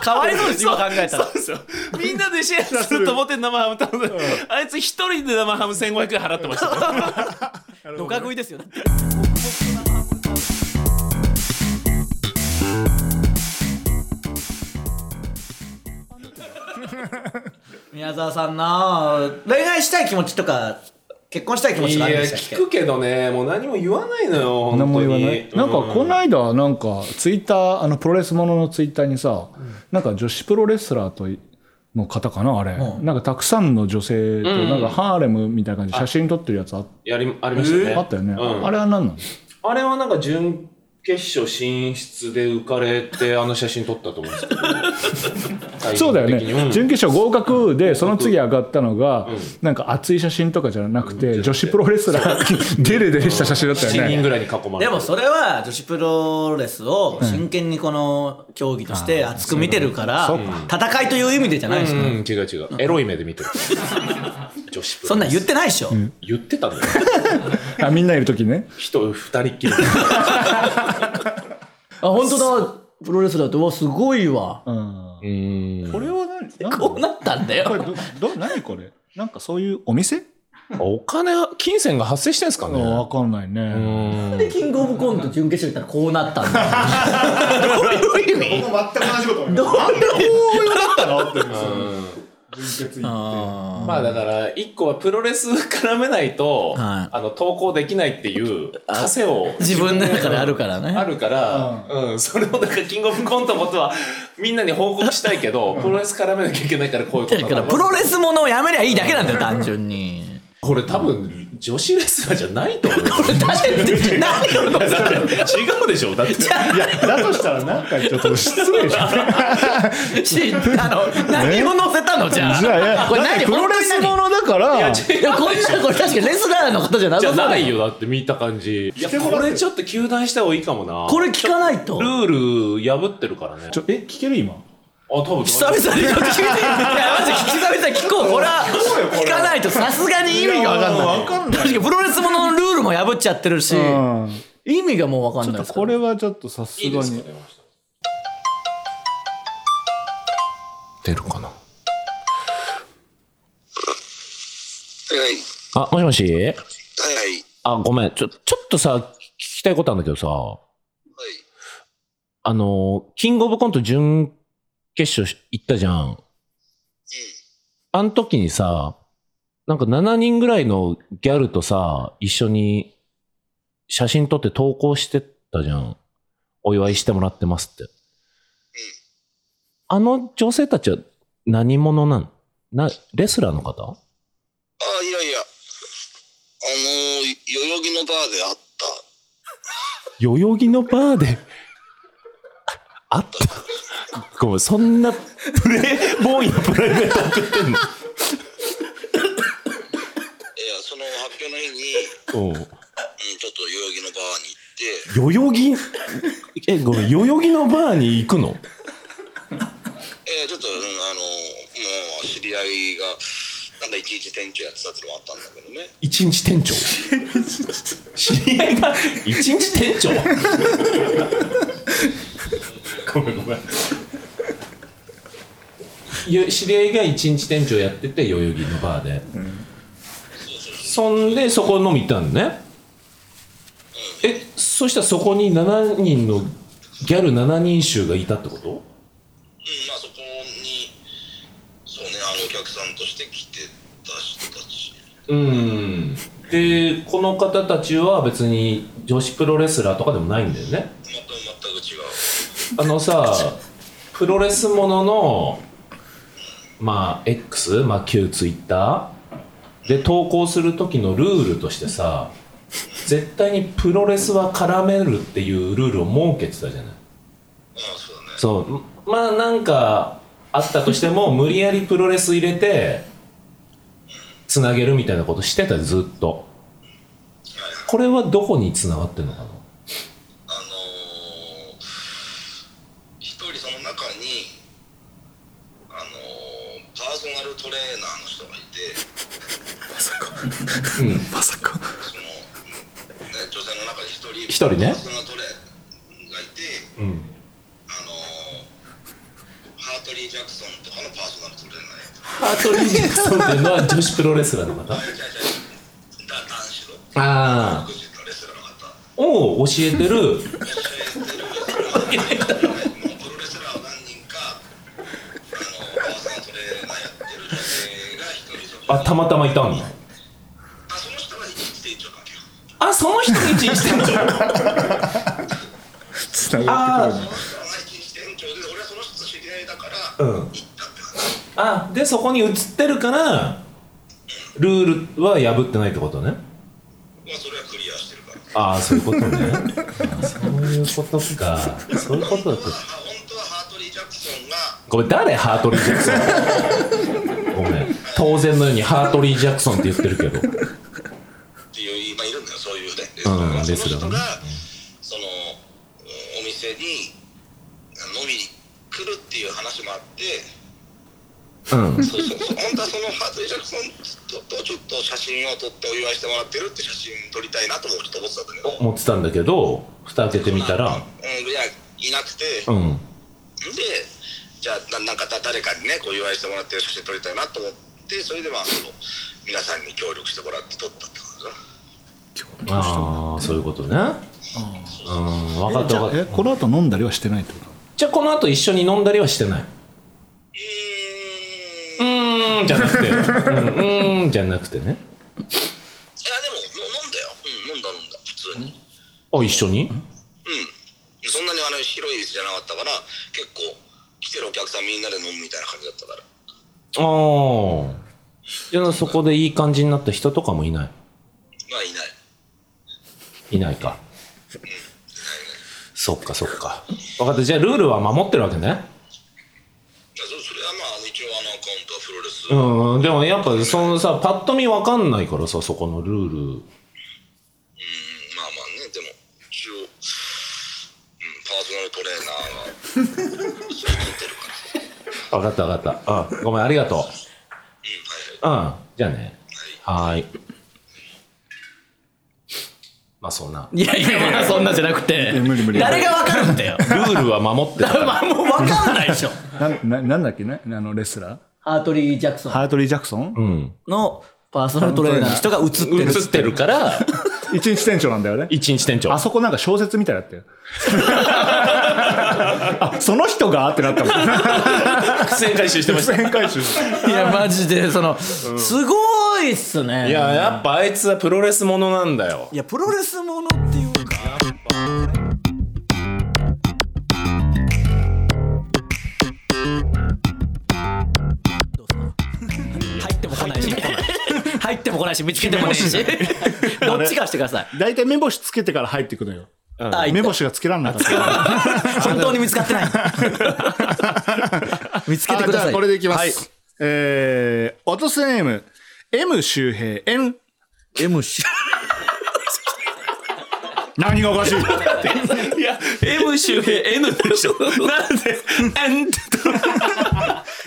Speaker 3: かわいそうです今考えたら
Speaker 1: そうそうみんなでシェアすると思って生ハム頼んであいつ一人で生ハム1500円払ってましたから
Speaker 3: ドカ食いですよだって宮沢さんな恋愛したい気持ちとか結婚したい気持ちとかあるんでしたっけ
Speaker 1: けどねもう何も言わないのよ
Speaker 4: 何も言わないなんかこの間なんかツイッターあのプロレスもののツイッターにさ、なんか女子プロレスラーとの方かなあれ、なんかたくさんの女性となんかハーレムみたいな感じで写真撮ってるやつあっ
Speaker 1: やりありましたね
Speaker 4: あったよね、
Speaker 1: うん
Speaker 4: あれは何なの
Speaker 1: あれはなんか準決勝進出で浮かれてあの写真撮ったと思うんですけど
Speaker 4: そうだよ
Speaker 1: タイミング的に
Speaker 4: ね
Speaker 1: ん
Speaker 4: 準決勝合格でその次上がったのがなんか熱い写真とかじゃなくて女子プロレスラーデレデレした写真だった
Speaker 1: 7
Speaker 4: よ
Speaker 1: 人
Speaker 4: ね
Speaker 1: ぐらいに囲まれ
Speaker 3: で
Speaker 1: て
Speaker 3: もそれは女子プロレスを真剣にこの競技として熱く見てるから戦いという意味でじゃないで
Speaker 1: う
Speaker 3: す
Speaker 1: ん
Speaker 3: よ
Speaker 1: うん違う違うエロい目で見てる女子プロ
Speaker 3: そんなん言ってないでしょ
Speaker 1: 言ってたんだよ
Speaker 4: あみんないる時ね
Speaker 1: 人二人っきり
Speaker 3: あ本当だプロレスだってうわすごいわ
Speaker 4: これは何何
Speaker 3: こうなったんだよ
Speaker 4: これどど何これなんかそういうお店
Speaker 5: お金は金銭が発生してんすかね
Speaker 4: わかんないね
Speaker 3: でキングオブコント準決勝行ったらこうなったんだどういう意味
Speaker 2: 全く同じこと思いま
Speaker 3: どういう
Speaker 1: まあだから一個はプロレス絡めないと、
Speaker 3: はい
Speaker 1: あの投稿できないっていう枷を
Speaker 3: 自分の中であるから
Speaker 1: あ
Speaker 3: ね
Speaker 1: るから、うんそれをだからキングオブコントのことはみんなに報告したいけど、プロレス絡めなきゃいけないからこういうこと
Speaker 3: だ
Speaker 1: な
Speaker 3: から
Speaker 1: の
Speaker 3: プロレスものをやめりゃいいだけなんだよ単純に
Speaker 1: これ多分女子レスラーじゃない と思うよ
Speaker 3: だって何よ
Speaker 1: だって違うでしょだって
Speaker 2: す。いや、だとしたらなんかちょっと失礼じゃん。
Speaker 3: しあの何を載せたのじゃあ
Speaker 4: じゃあいや
Speaker 3: これ
Speaker 4: だっ
Speaker 3: 何
Speaker 4: てプロレスものだから
Speaker 3: いやこんなこれ確かにレスラーのことじゃな
Speaker 1: じ
Speaker 3: さ
Speaker 1: ゃ
Speaker 3: そうだ
Speaker 1: ないよだって見た感じいや
Speaker 2: ても
Speaker 1: こ
Speaker 2: らってる
Speaker 1: れちょっと糾弾した方がいいかもな
Speaker 3: これ聞かないと
Speaker 1: ルール破ってるからね
Speaker 4: ちょえ聞ける今
Speaker 1: あ多分
Speaker 3: 久々に聞いていやマジ久々に聞こうこれは聞かないとさすがに意味が分かんない確かにプロレスもののルールも破っちゃってるし、
Speaker 4: うん
Speaker 3: 意味がもう分かんないです
Speaker 4: これはちょっとさすがに
Speaker 5: 出るかなあもしもし
Speaker 6: はいはい。
Speaker 5: あごめんちょちょっとさ聞きたいことあるんだけどさ
Speaker 6: はい。
Speaker 5: あのキングオブコント準決勝行ったじゃんあの時にさなんか7人ぐらいのギャルとさ一緒に写真撮って投稿してたじゃんお祝いしてもらってますってあの女性たちは何者なんなレスラーの方
Speaker 6: ああ、いやいや。あのー、代々木のバーで会った。
Speaker 5: 代々木のバーで あったごめんそんなプレイボーイなプライベート送ってんの
Speaker 6: いや、その発表の日 に、
Speaker 5: おう
Speaker 6: うん、ちょっと代々木のバーに行って、
Speaker 5: 代々木えごめん代々木のバーに行くの
Speaker 6: えー、ちょっと、うん、あのー、もう、知り合いが、なんかいちいち店長やってたってのもあったんだけどね。
Speaker 5: 一日店長知り合いが一日店長
Speaker 1: ごめんごめんゆ知り合いが一日店長やってて代々木のバーで、そんでそこ飲み行ったんねえそしたらそこに7人のギャル7人衆がいたってこと
Speaker 6: うん、まあそこに、そうね、あの、お客さんとして来てた人たち。
Speaker 1: うんでこの方たちは別に女子プロレスラーとかでもないんだよね
Speaker 6: 全く全く違
Speaker 1: あ
Speaker 6: う。
Speaker 1: のさプロレスもののまあ X、まあ、旧 Twitter で投稿する時のルールとしてさ絶対にプロレスは絡めるっていうルールを設けてたじゃない
Speaker 6: まあそうだね。
Speaker 1: そう
Speaker 7: まあなんかあったとしても無理やりプロレス入れてつなげるみたいなことしてたずっとこれはどこにつながってんのかな
Speaker 6: あのー一人その中に、あのーパーソナルトレーナーの人がいて、
Speaker 7: うん
Speaker 6: その、ね、女性の中に一人、
Speaker 7: 一人ね
Speaker 6: パーソナルトレーナーがいて、
Speaker 7: うん
Speaker 6: あのーハートリー・ジャクソンとかのパーソナルトレーナーやった
Speaker 7: ハートリー・ジャクソン っていうのは女子プロレスラーの方あ
Speaker 6: あ、違う違う、だ男子の、
Speaker 7: あ
Speaker 6: 黒人のレスラーの方、
Speaker 7: を教えて る
Speaker 6: 教えてるレスラーがいて、もうプロレスラーを何人か、あのーパーソナルトレーナーやってる女性が一人そこ
Speaker 7: あ
Speaker 6: に
Speaker 7: たまたまいたんだ
Speaker 6: あその人が一日店長だけよ
Speaker 7: あその人に一日店 長
Speaker 8: つながってくる
Speaker 6: その人が一日店長で俺はその人と知り合いだから
Speaker 7: う
Speaker 6: 行
Speaker 7: ん
Speaker 6: ったって話
Speaker 7: あでそこに映ってるからルールは破ってないってことね
Speaker 6: まあそれはクリアしてるから
Speaker 7: ああそういうことねあそういうことかそういうことだった
Speaker 6: あ本当はハートリー・ジャクソンが
Speaker 1: ごめん、誰ハートリー・ジャクソ ンごめん、当然のようにハートリー・ジャクソンって言ってるけど。
Speaker 6: っていう今いるんだよそういうねレス
Speaker 1: うんレス
Speaker 6: その
Speaker 1: ラー
Speaker 6: 人
Speaker 1: ね
Speaker 6: がそのうんお店にあ飲みに来るっていう話もあって
Speaker 1: うん。
Speaker 6: そうそうそう本当はそのハートリー・ジャクソンととちょっと写真を撮ってお祝いしてもらってるって写真撮りたいなともちょっと思ってたんだけど
Speaker 1: 持ってたんだけど、蓋開けてみたら、
Speaker 6: うんいやいなくて
Speaker 1: うん。
Speaker 6: でじゃあななんかだ誰かにねこう祝いしてもらってる写真撮りたいなと思ってそれでまあその皆さんに協力してもらって撮ったって感じだ
Speaker 1: ああ、そういうことね。うん、分かっ
Speaker 4: じ
Speaker 1: た
Speaker 4: ゃあ
Speaker 1: 分か
Speaker 4: え
Speaker 1: った。
Speaker 4: この後飲んだりはしてないってこと
Speaker 1: じゃあこの後一緒に飲んだりはしてない。
Speaker 6: うーん
Speaker 1: うーん、じゃなくて。うん、うーん、じゃなくてね。
Speaker 6: いやでもの飲んだよ、うん、飲んだ飲んだ普通に
Speaker 1: あ、一緒に
Speaker 6: うんそんなにあの広い椅子じゃなかったから結構来てるお客さんみんなで飲むみたいな感じだったか
Speaker 1: あ
Speaker 6: ら
Speaker 1: あ。じゃあそこでいい感じになった人とかもいな
Speaker 6: まあいない
Speaker 1: い。いないか。そっかそっか。分かった。じゃあルールは守ってるわけね。
Speaker 6: いやそそれはまああの一応あのアカウントはプロレス、
Speaker 1: うん、でもやっぱそのさ、パッと見わかんないからさ、そこのルール。
Speaker 6: うんまあまあねでも一応、うん、パーソナルトレーナーは
Speaker 1: わかったわかった。あ、ごめん、ありがとう。うん、じゃあね。はーい。まあそんな。
Speaker 3: いやいや、まだそんなじゃなくて。
Speaker 4: 無理無理
Speaker 3: 誰がわかる んだよ。
Speaker 1: ルールは守ってた。
Speaker 3: まあ、もうわかんないでしょ。
Speaker 4: なんななんだっけねあのレスラ
Speaker 3: ハートリー・ジャクソ
Speaker 4: ー
Speaker 3: ン
Speaker 4: ハートリー・ジャクソン、
Speaker 1: うん。
Speaker 3: のパーソナルトレーナーの人が映ってる。
Speaker 1: 映ってるから、
Speaker 4: 一日店長なんだよね
Speaker 1: 一日店長。
Speaker 4: あそこなんか小説みたいだったよ あその人がってなったもん
Speaker 7: 苦戦回収してました
Speaker 4: 全回収
Speaker 3: いや、マジで、その、すごいっすね。
Speaker 7: いややっぱあいつはプロレスものなんだよ
Speaker 3: いや、プロレスものっていうか。どうすか入っても来ないし。入っても来ないし、見つけてもねえし。どっちかしてください。
Speaker 4: 大体目星つけてから入ってくのよ
Speaker 3: あ
Speaker 4: 目星がつけらんなかったあ
Speaker 3: 本当に見つかってない。見つけてくだ
Speaker 4: じ
Speaker 3: さ
Speaker 4: ゃあ
Speaker 3: い。
Speaker 4: これでいきます、
Speaker 3: はい
Speaker 4: えー、落とすネーム M 周平 N
Speaker 3: M し。
Speaker 4: 何がおかし
Speaker 7: い
Speaker 4: い
Speaker 7: や M 周平 N でしょなんで N っ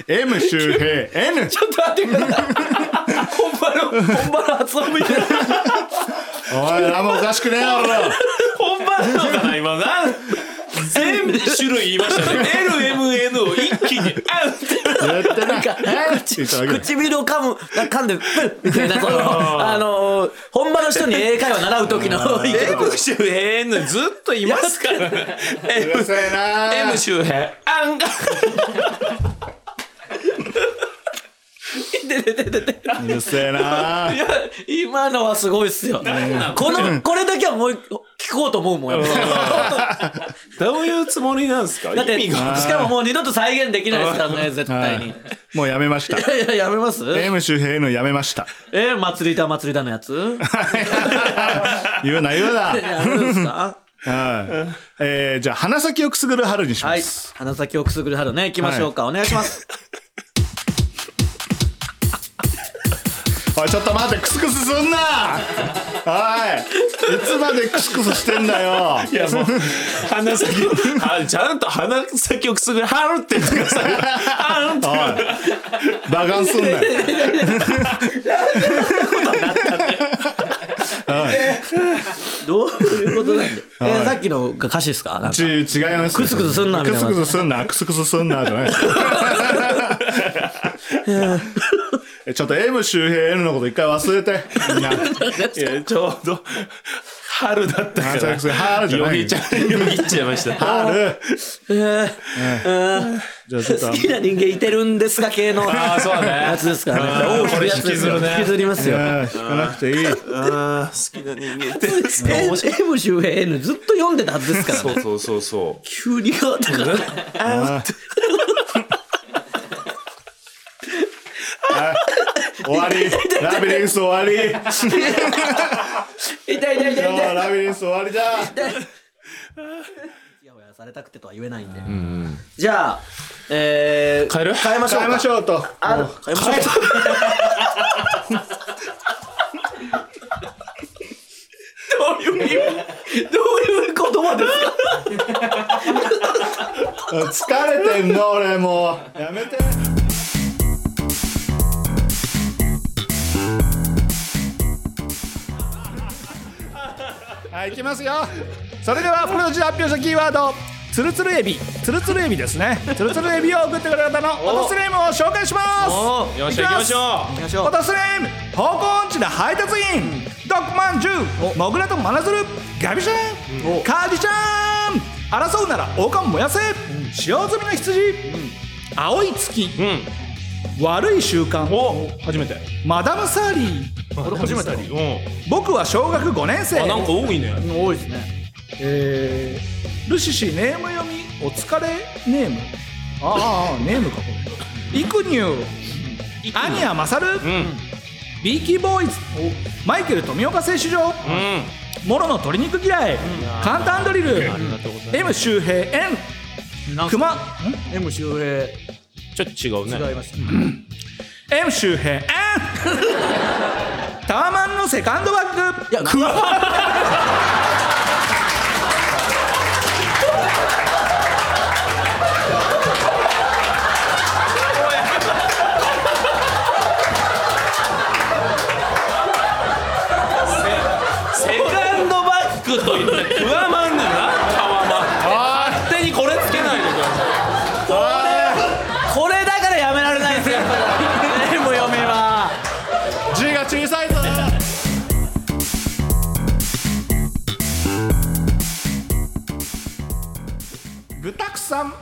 Speaker 7: て
Speaker 4: M 周平 N
Speaker 3: ちょっと待ってください。本場の、本場の発音みたいな。
Speaker 4: おい何もおかしくねえだ ろ
Speaker 7: 本場なのかな今なん全種類言いましたね LMN を一気にあんって
Speaker 4: 絶対なんか
Speaker 3: 口唇を噛む、噛んで、みたいな、その、あのー、本場の人に英会話習う時の、
Speaker 7: M 周平 N ずっといますからね M
Speaker 4: せえな
Speaker 7: M 周平あんが
Speaker 4: うるせえない
Speaker 3: や、今のはすごいっすよ。この、これだけはもう一個聞こうと思うもん、 やっぱ
Speaker 7: どういうつもりなんですか
Speaker 3: だって、
Speaker 7: 意味
Speaker 3: し
Speaker 7: が
Speaker 3: かももう二度と再現できないですからね、絶対に。い
Speaker 4: もうやめました
Speaker 3: やいや、やめます
Speaker 4: M 周平 N やめました
Speaker 3: え、祭りだ、祭りだのやつ
Speaker 4: 言うな言うな い
Speaker 3: ややめるんすか
Speaker 2: はいえーじゃあ、鼻先をくすぐる春にしま
Speaker 3: はい
Speaker 2: す。。
Speaker 3: 鼻先をくすぐる春ね、行きましょうか。お願いします。
Speaker 2: おい、ちょっと待って、クスクスすんなおい、いつまでクスクスしてんだよ
Speaker 1: いやもう、鼻先、あちゃんと鼻先をくすぐる、はるって言ってください。 はるって。
Speaker 2: バカンすんなよ。
Speaker 3: どういうことなんで、えーさっきのが歌詞ですかなんか
Speaker 2: ち違います。
Speaker 3: クスクスすんなみたい
Speaker 2: ク
Speaker 3: な
Speaker 2: スクスすんな、クスクスすんな、じゃない です。えちょっと M 周平 N のこと一回忘れて。みんな。
Speaker 1: いや、ちょうど、春だった
Speaker 2: 鼻
Speaker 1: から
Speaker 2: 先く。すぐる春じゃ
Speaker 1: よ
Speaker 2: な
Speaker 1: ぎっ
Speaker 2: い
Speaker 1: ちゃ、よぎっちゃいました。
Speaker 2: 春
Speaker 3: えー
Speaker 2: じゃあちょっと
Speaker 3: 好、きな人間いてるんですが系の
Speaker 1: ああ、そうだね。
Speaker 3: やつですからね。
Speaker 1: うん
Speaker 3: 大きくやつですよ
Speaker 1: これ引きずるね
Speaker 3: 引きずります
Speaker 2: え
Speaker 3: よ。
Speaker 2: ー引かなくていい。
Speaker 1: あー好きな人間って。
Speaker 3: え M 周辺 N ずっと読んでたはずですからね。
Speaker 1: そうそうそうそ
Speaker 3: 急に変わったから。
Speaker 2: 終わり。ラビリンス終わり。今
Speaker 3: 痛い痛い痛い痛い。
Speaker 2: 日はラビリンス終わりだ。
Speaker 3: いやほやされたくてとは言え ないんで。じゃあ、えー、
Speaker 1: う。帰る
Speaker 3: 変えましょう
Speaker 2: 変えま
Speaker 3: か
Speaker 2: し。ょうと。
Speaker 3: あ変えましょうか。 どういう意味どういう言葉ですか
Speaker 2: 疲れてんの、俺もう。やめて。
Speaker 4: はい、いきますよ。それでは、プロのうちの発表したキーワード。つるつるエビ、つるつるエビですね。つるつるエビを送ってくれた方のフォトスレームを紹介します。
Speaker 1: よっしゃ、行きましょう。
Speaker 3: 行きまし
Speaker 4: フ
Speaker 3: ょ
Speaker 4: ォトスレーム、方向音痴な配達員、ドッグマンジュウ、モグラとマナズル、ガビシャン、カーディシャン、争うなら王冠燃やせ、使用済みの羊、青い月、悪い習慣、
Speaker 1: お初めて。
Speaker 4: マダムサーリー、
Speaker 1: これ初めて。う
Speaker 4: 僕は小学5年生
Speaker 1: ん。あ、。なんか多いね。
Speaker 3: う。多いですね。
Speaker 4: えールシシネーム読みお疲れネームあーあーネームかこれイクニューアニアマサル、
Speaker 1: うん。
Speaker 4: ビーキーボーイズマイケル富岡製糸場
Speaker 1: うん。
Speaker 4: モロの鶏肉嫌い、簡単ドリル、M 周平 N
Speaker 3: なん
Speaker 4: 熊
Speaker 3: M 周平
Speaker 1: ちょっと違うね。
Speaker 3: 違います。
Speaker 4: M 周平 N タワマンのセカンドバッ
Speaker 3: い
Speaker 4: グ
Speaker 3: や、クワ
Speaker 1: セカンドバックと言って、不安まんねんな、タワマン。勝手にこれつけないでください。
Speaker 3: これだからやめられないんですよ。M 読めは。
Speaker 2: 字が小さいぞ。
Speaker 4: 具沢山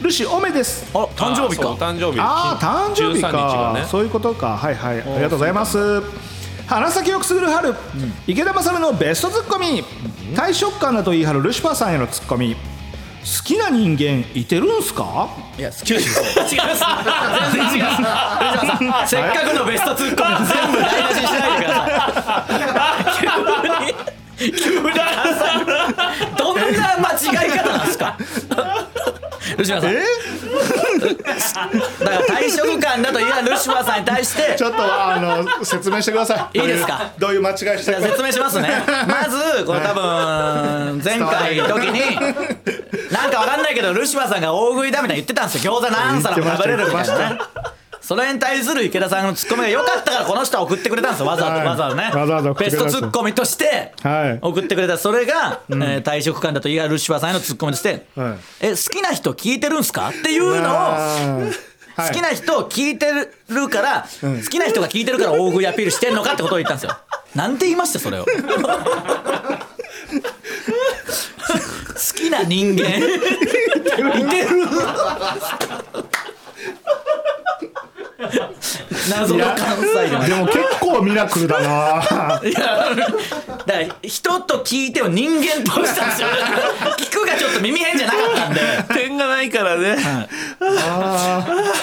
Speaker 4: ルシオメです
Speaker 3: あ、誕生日
Speaker 1: そう
Speaker 3: か。
Speaker 1: 誕生日。
Speaker 2: ああ誕生日
Speaker 1: 13が
Speaker 2: か、
Speaker 1: ね
Speaker 2: そういうことかはいはいありがとうございます
Speaker 4: 花咲をくすぐる春、池田勝のベストツッコミ、大食感だと言い張るルシファーさんへのツッコミ好きな人間いてるんすか
Speaker 3: いや、違う。違います。全然違います。せっかくのベストツッコミ全部台無しにしないでください。急に。急に関西弁。どんな間違い方なんですか。ルシファーさん。だから退職感だと言うルシファーさんに対して
Speaker 2: ち。ょっとあの説明してください
Speaker 3: いいですか
Speaker 2: どういうどういう間違いし
Speaker 3: じ
Speaker 2: た
Speaker 3: ゃあ
Speaker 2: か
Speaker 3: 説明しますねまずこれ多分前回の時 になんかわかんないけどルシファーさんが大食いだみたいに言ってたんですよ餃子何皿も食べれるみたいなね それに対する池田さんのツッコミが良かったからこの人は送ってくれたんですよわざわ
Speaker 2: はい
Speaker 3: ざわざわざね
Speaker 2: わざわざ送っ
Speaker 3: ベ
Speaker 2: て
Speaker 3: ス
Speaker 2: くれたん
Speaker 3: ト
Speaker 2: です
Speaker 3: ツ
Speaker 2: よ
Speaker 3: ッコミとして
Speaker 2: はい
Speaker 3: 送ってくれたそれが、えー退職感だと言うルシファーさんへのツッコミとして「
Speaker 2: はい
Speaker 3: え好きな人聞いてるんすか?」っていうのを
Speaker 2: はい
Speaker 3: 好きな人を聞いてるから、好きな人が聞いてるから大食いアピールしてんのかってことを言ったんですよ。なんて言いましたそれを。好きな人間いてる 謎の関西だ
Speaker 2: でも結構ミラクルだな
Speaker 3: だから 人と聞いてを人間としたんですよ聞くがちょっと耳変じゃなかったんで
Speaker 1: 点がないからね。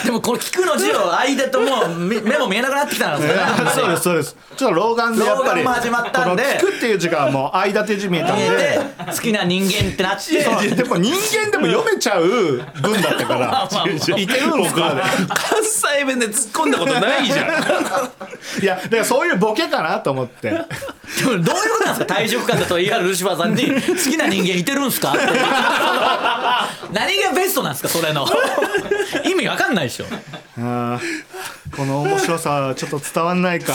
Speaker 3: でもこれ聞くの字の間ともうみ目も見えなくなってきた んですね。
Speaker 4: そうですそうですちょっと老眼でやっぱり
Speaker 3: 老眼も始まったんで
Speaker 4: この聞くっていう時間はもう間手字見えたん
Speaker 3: 見
Speaker 4: で
Speaker 3: えて好きな人間ってなって。
Speaker 4: そうでも人間でも読めちゃう文だったから いけるのかで
Speaker 1: 関西弁で突っ込んだことないじゃん。
Speaker 4: いやだからそういうボケかなと思って
Speaker 3: でもどういうことなんですか退職官だと言い張るルシファーさんに好きな人間いてる んすかって何がベストなんですかそれの意味わかんないでしょ
Speaker 4: あーこの面白さはちょっと伝わんないか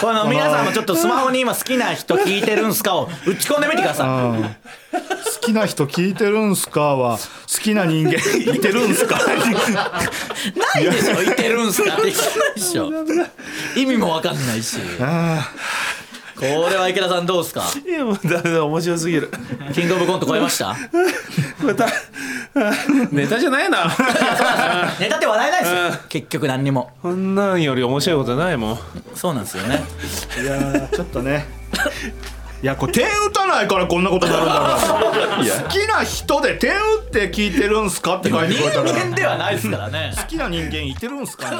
Speaker 3: この皆さんもちょっとスマホに今好きな人聞いてるんすかを打ち込んでみてくださ
Speaker 4: うん好きな人聞いてるんすかは好きな人間いてるんすか
Speaker 3: いないでしょいてるんすかって聞かないでし ょ意味もわかんないしこれは池田さんどうですか
Speaker 1: いやもうダメだ面白すぎる。
Speaker 3: キングオブコント超えました
Speaker 1: また ネタじゃない な。
Speaker 3: ネタって笑えないですよ結局何にも
Speaker 1: こんなんより面白いことないもん。
Speaker 3: そうなんですよ ね
Speaker 4: いやーちょっとねいやこれ手打たないからこんなことになるんだから好きな人で手打って聞いてるんすかって書いてくれ
Speaker 3: 人
Speaker 4: たら好
Speaker 3: 間ではないですからね
Speaker 4: きな人間いてるんすかね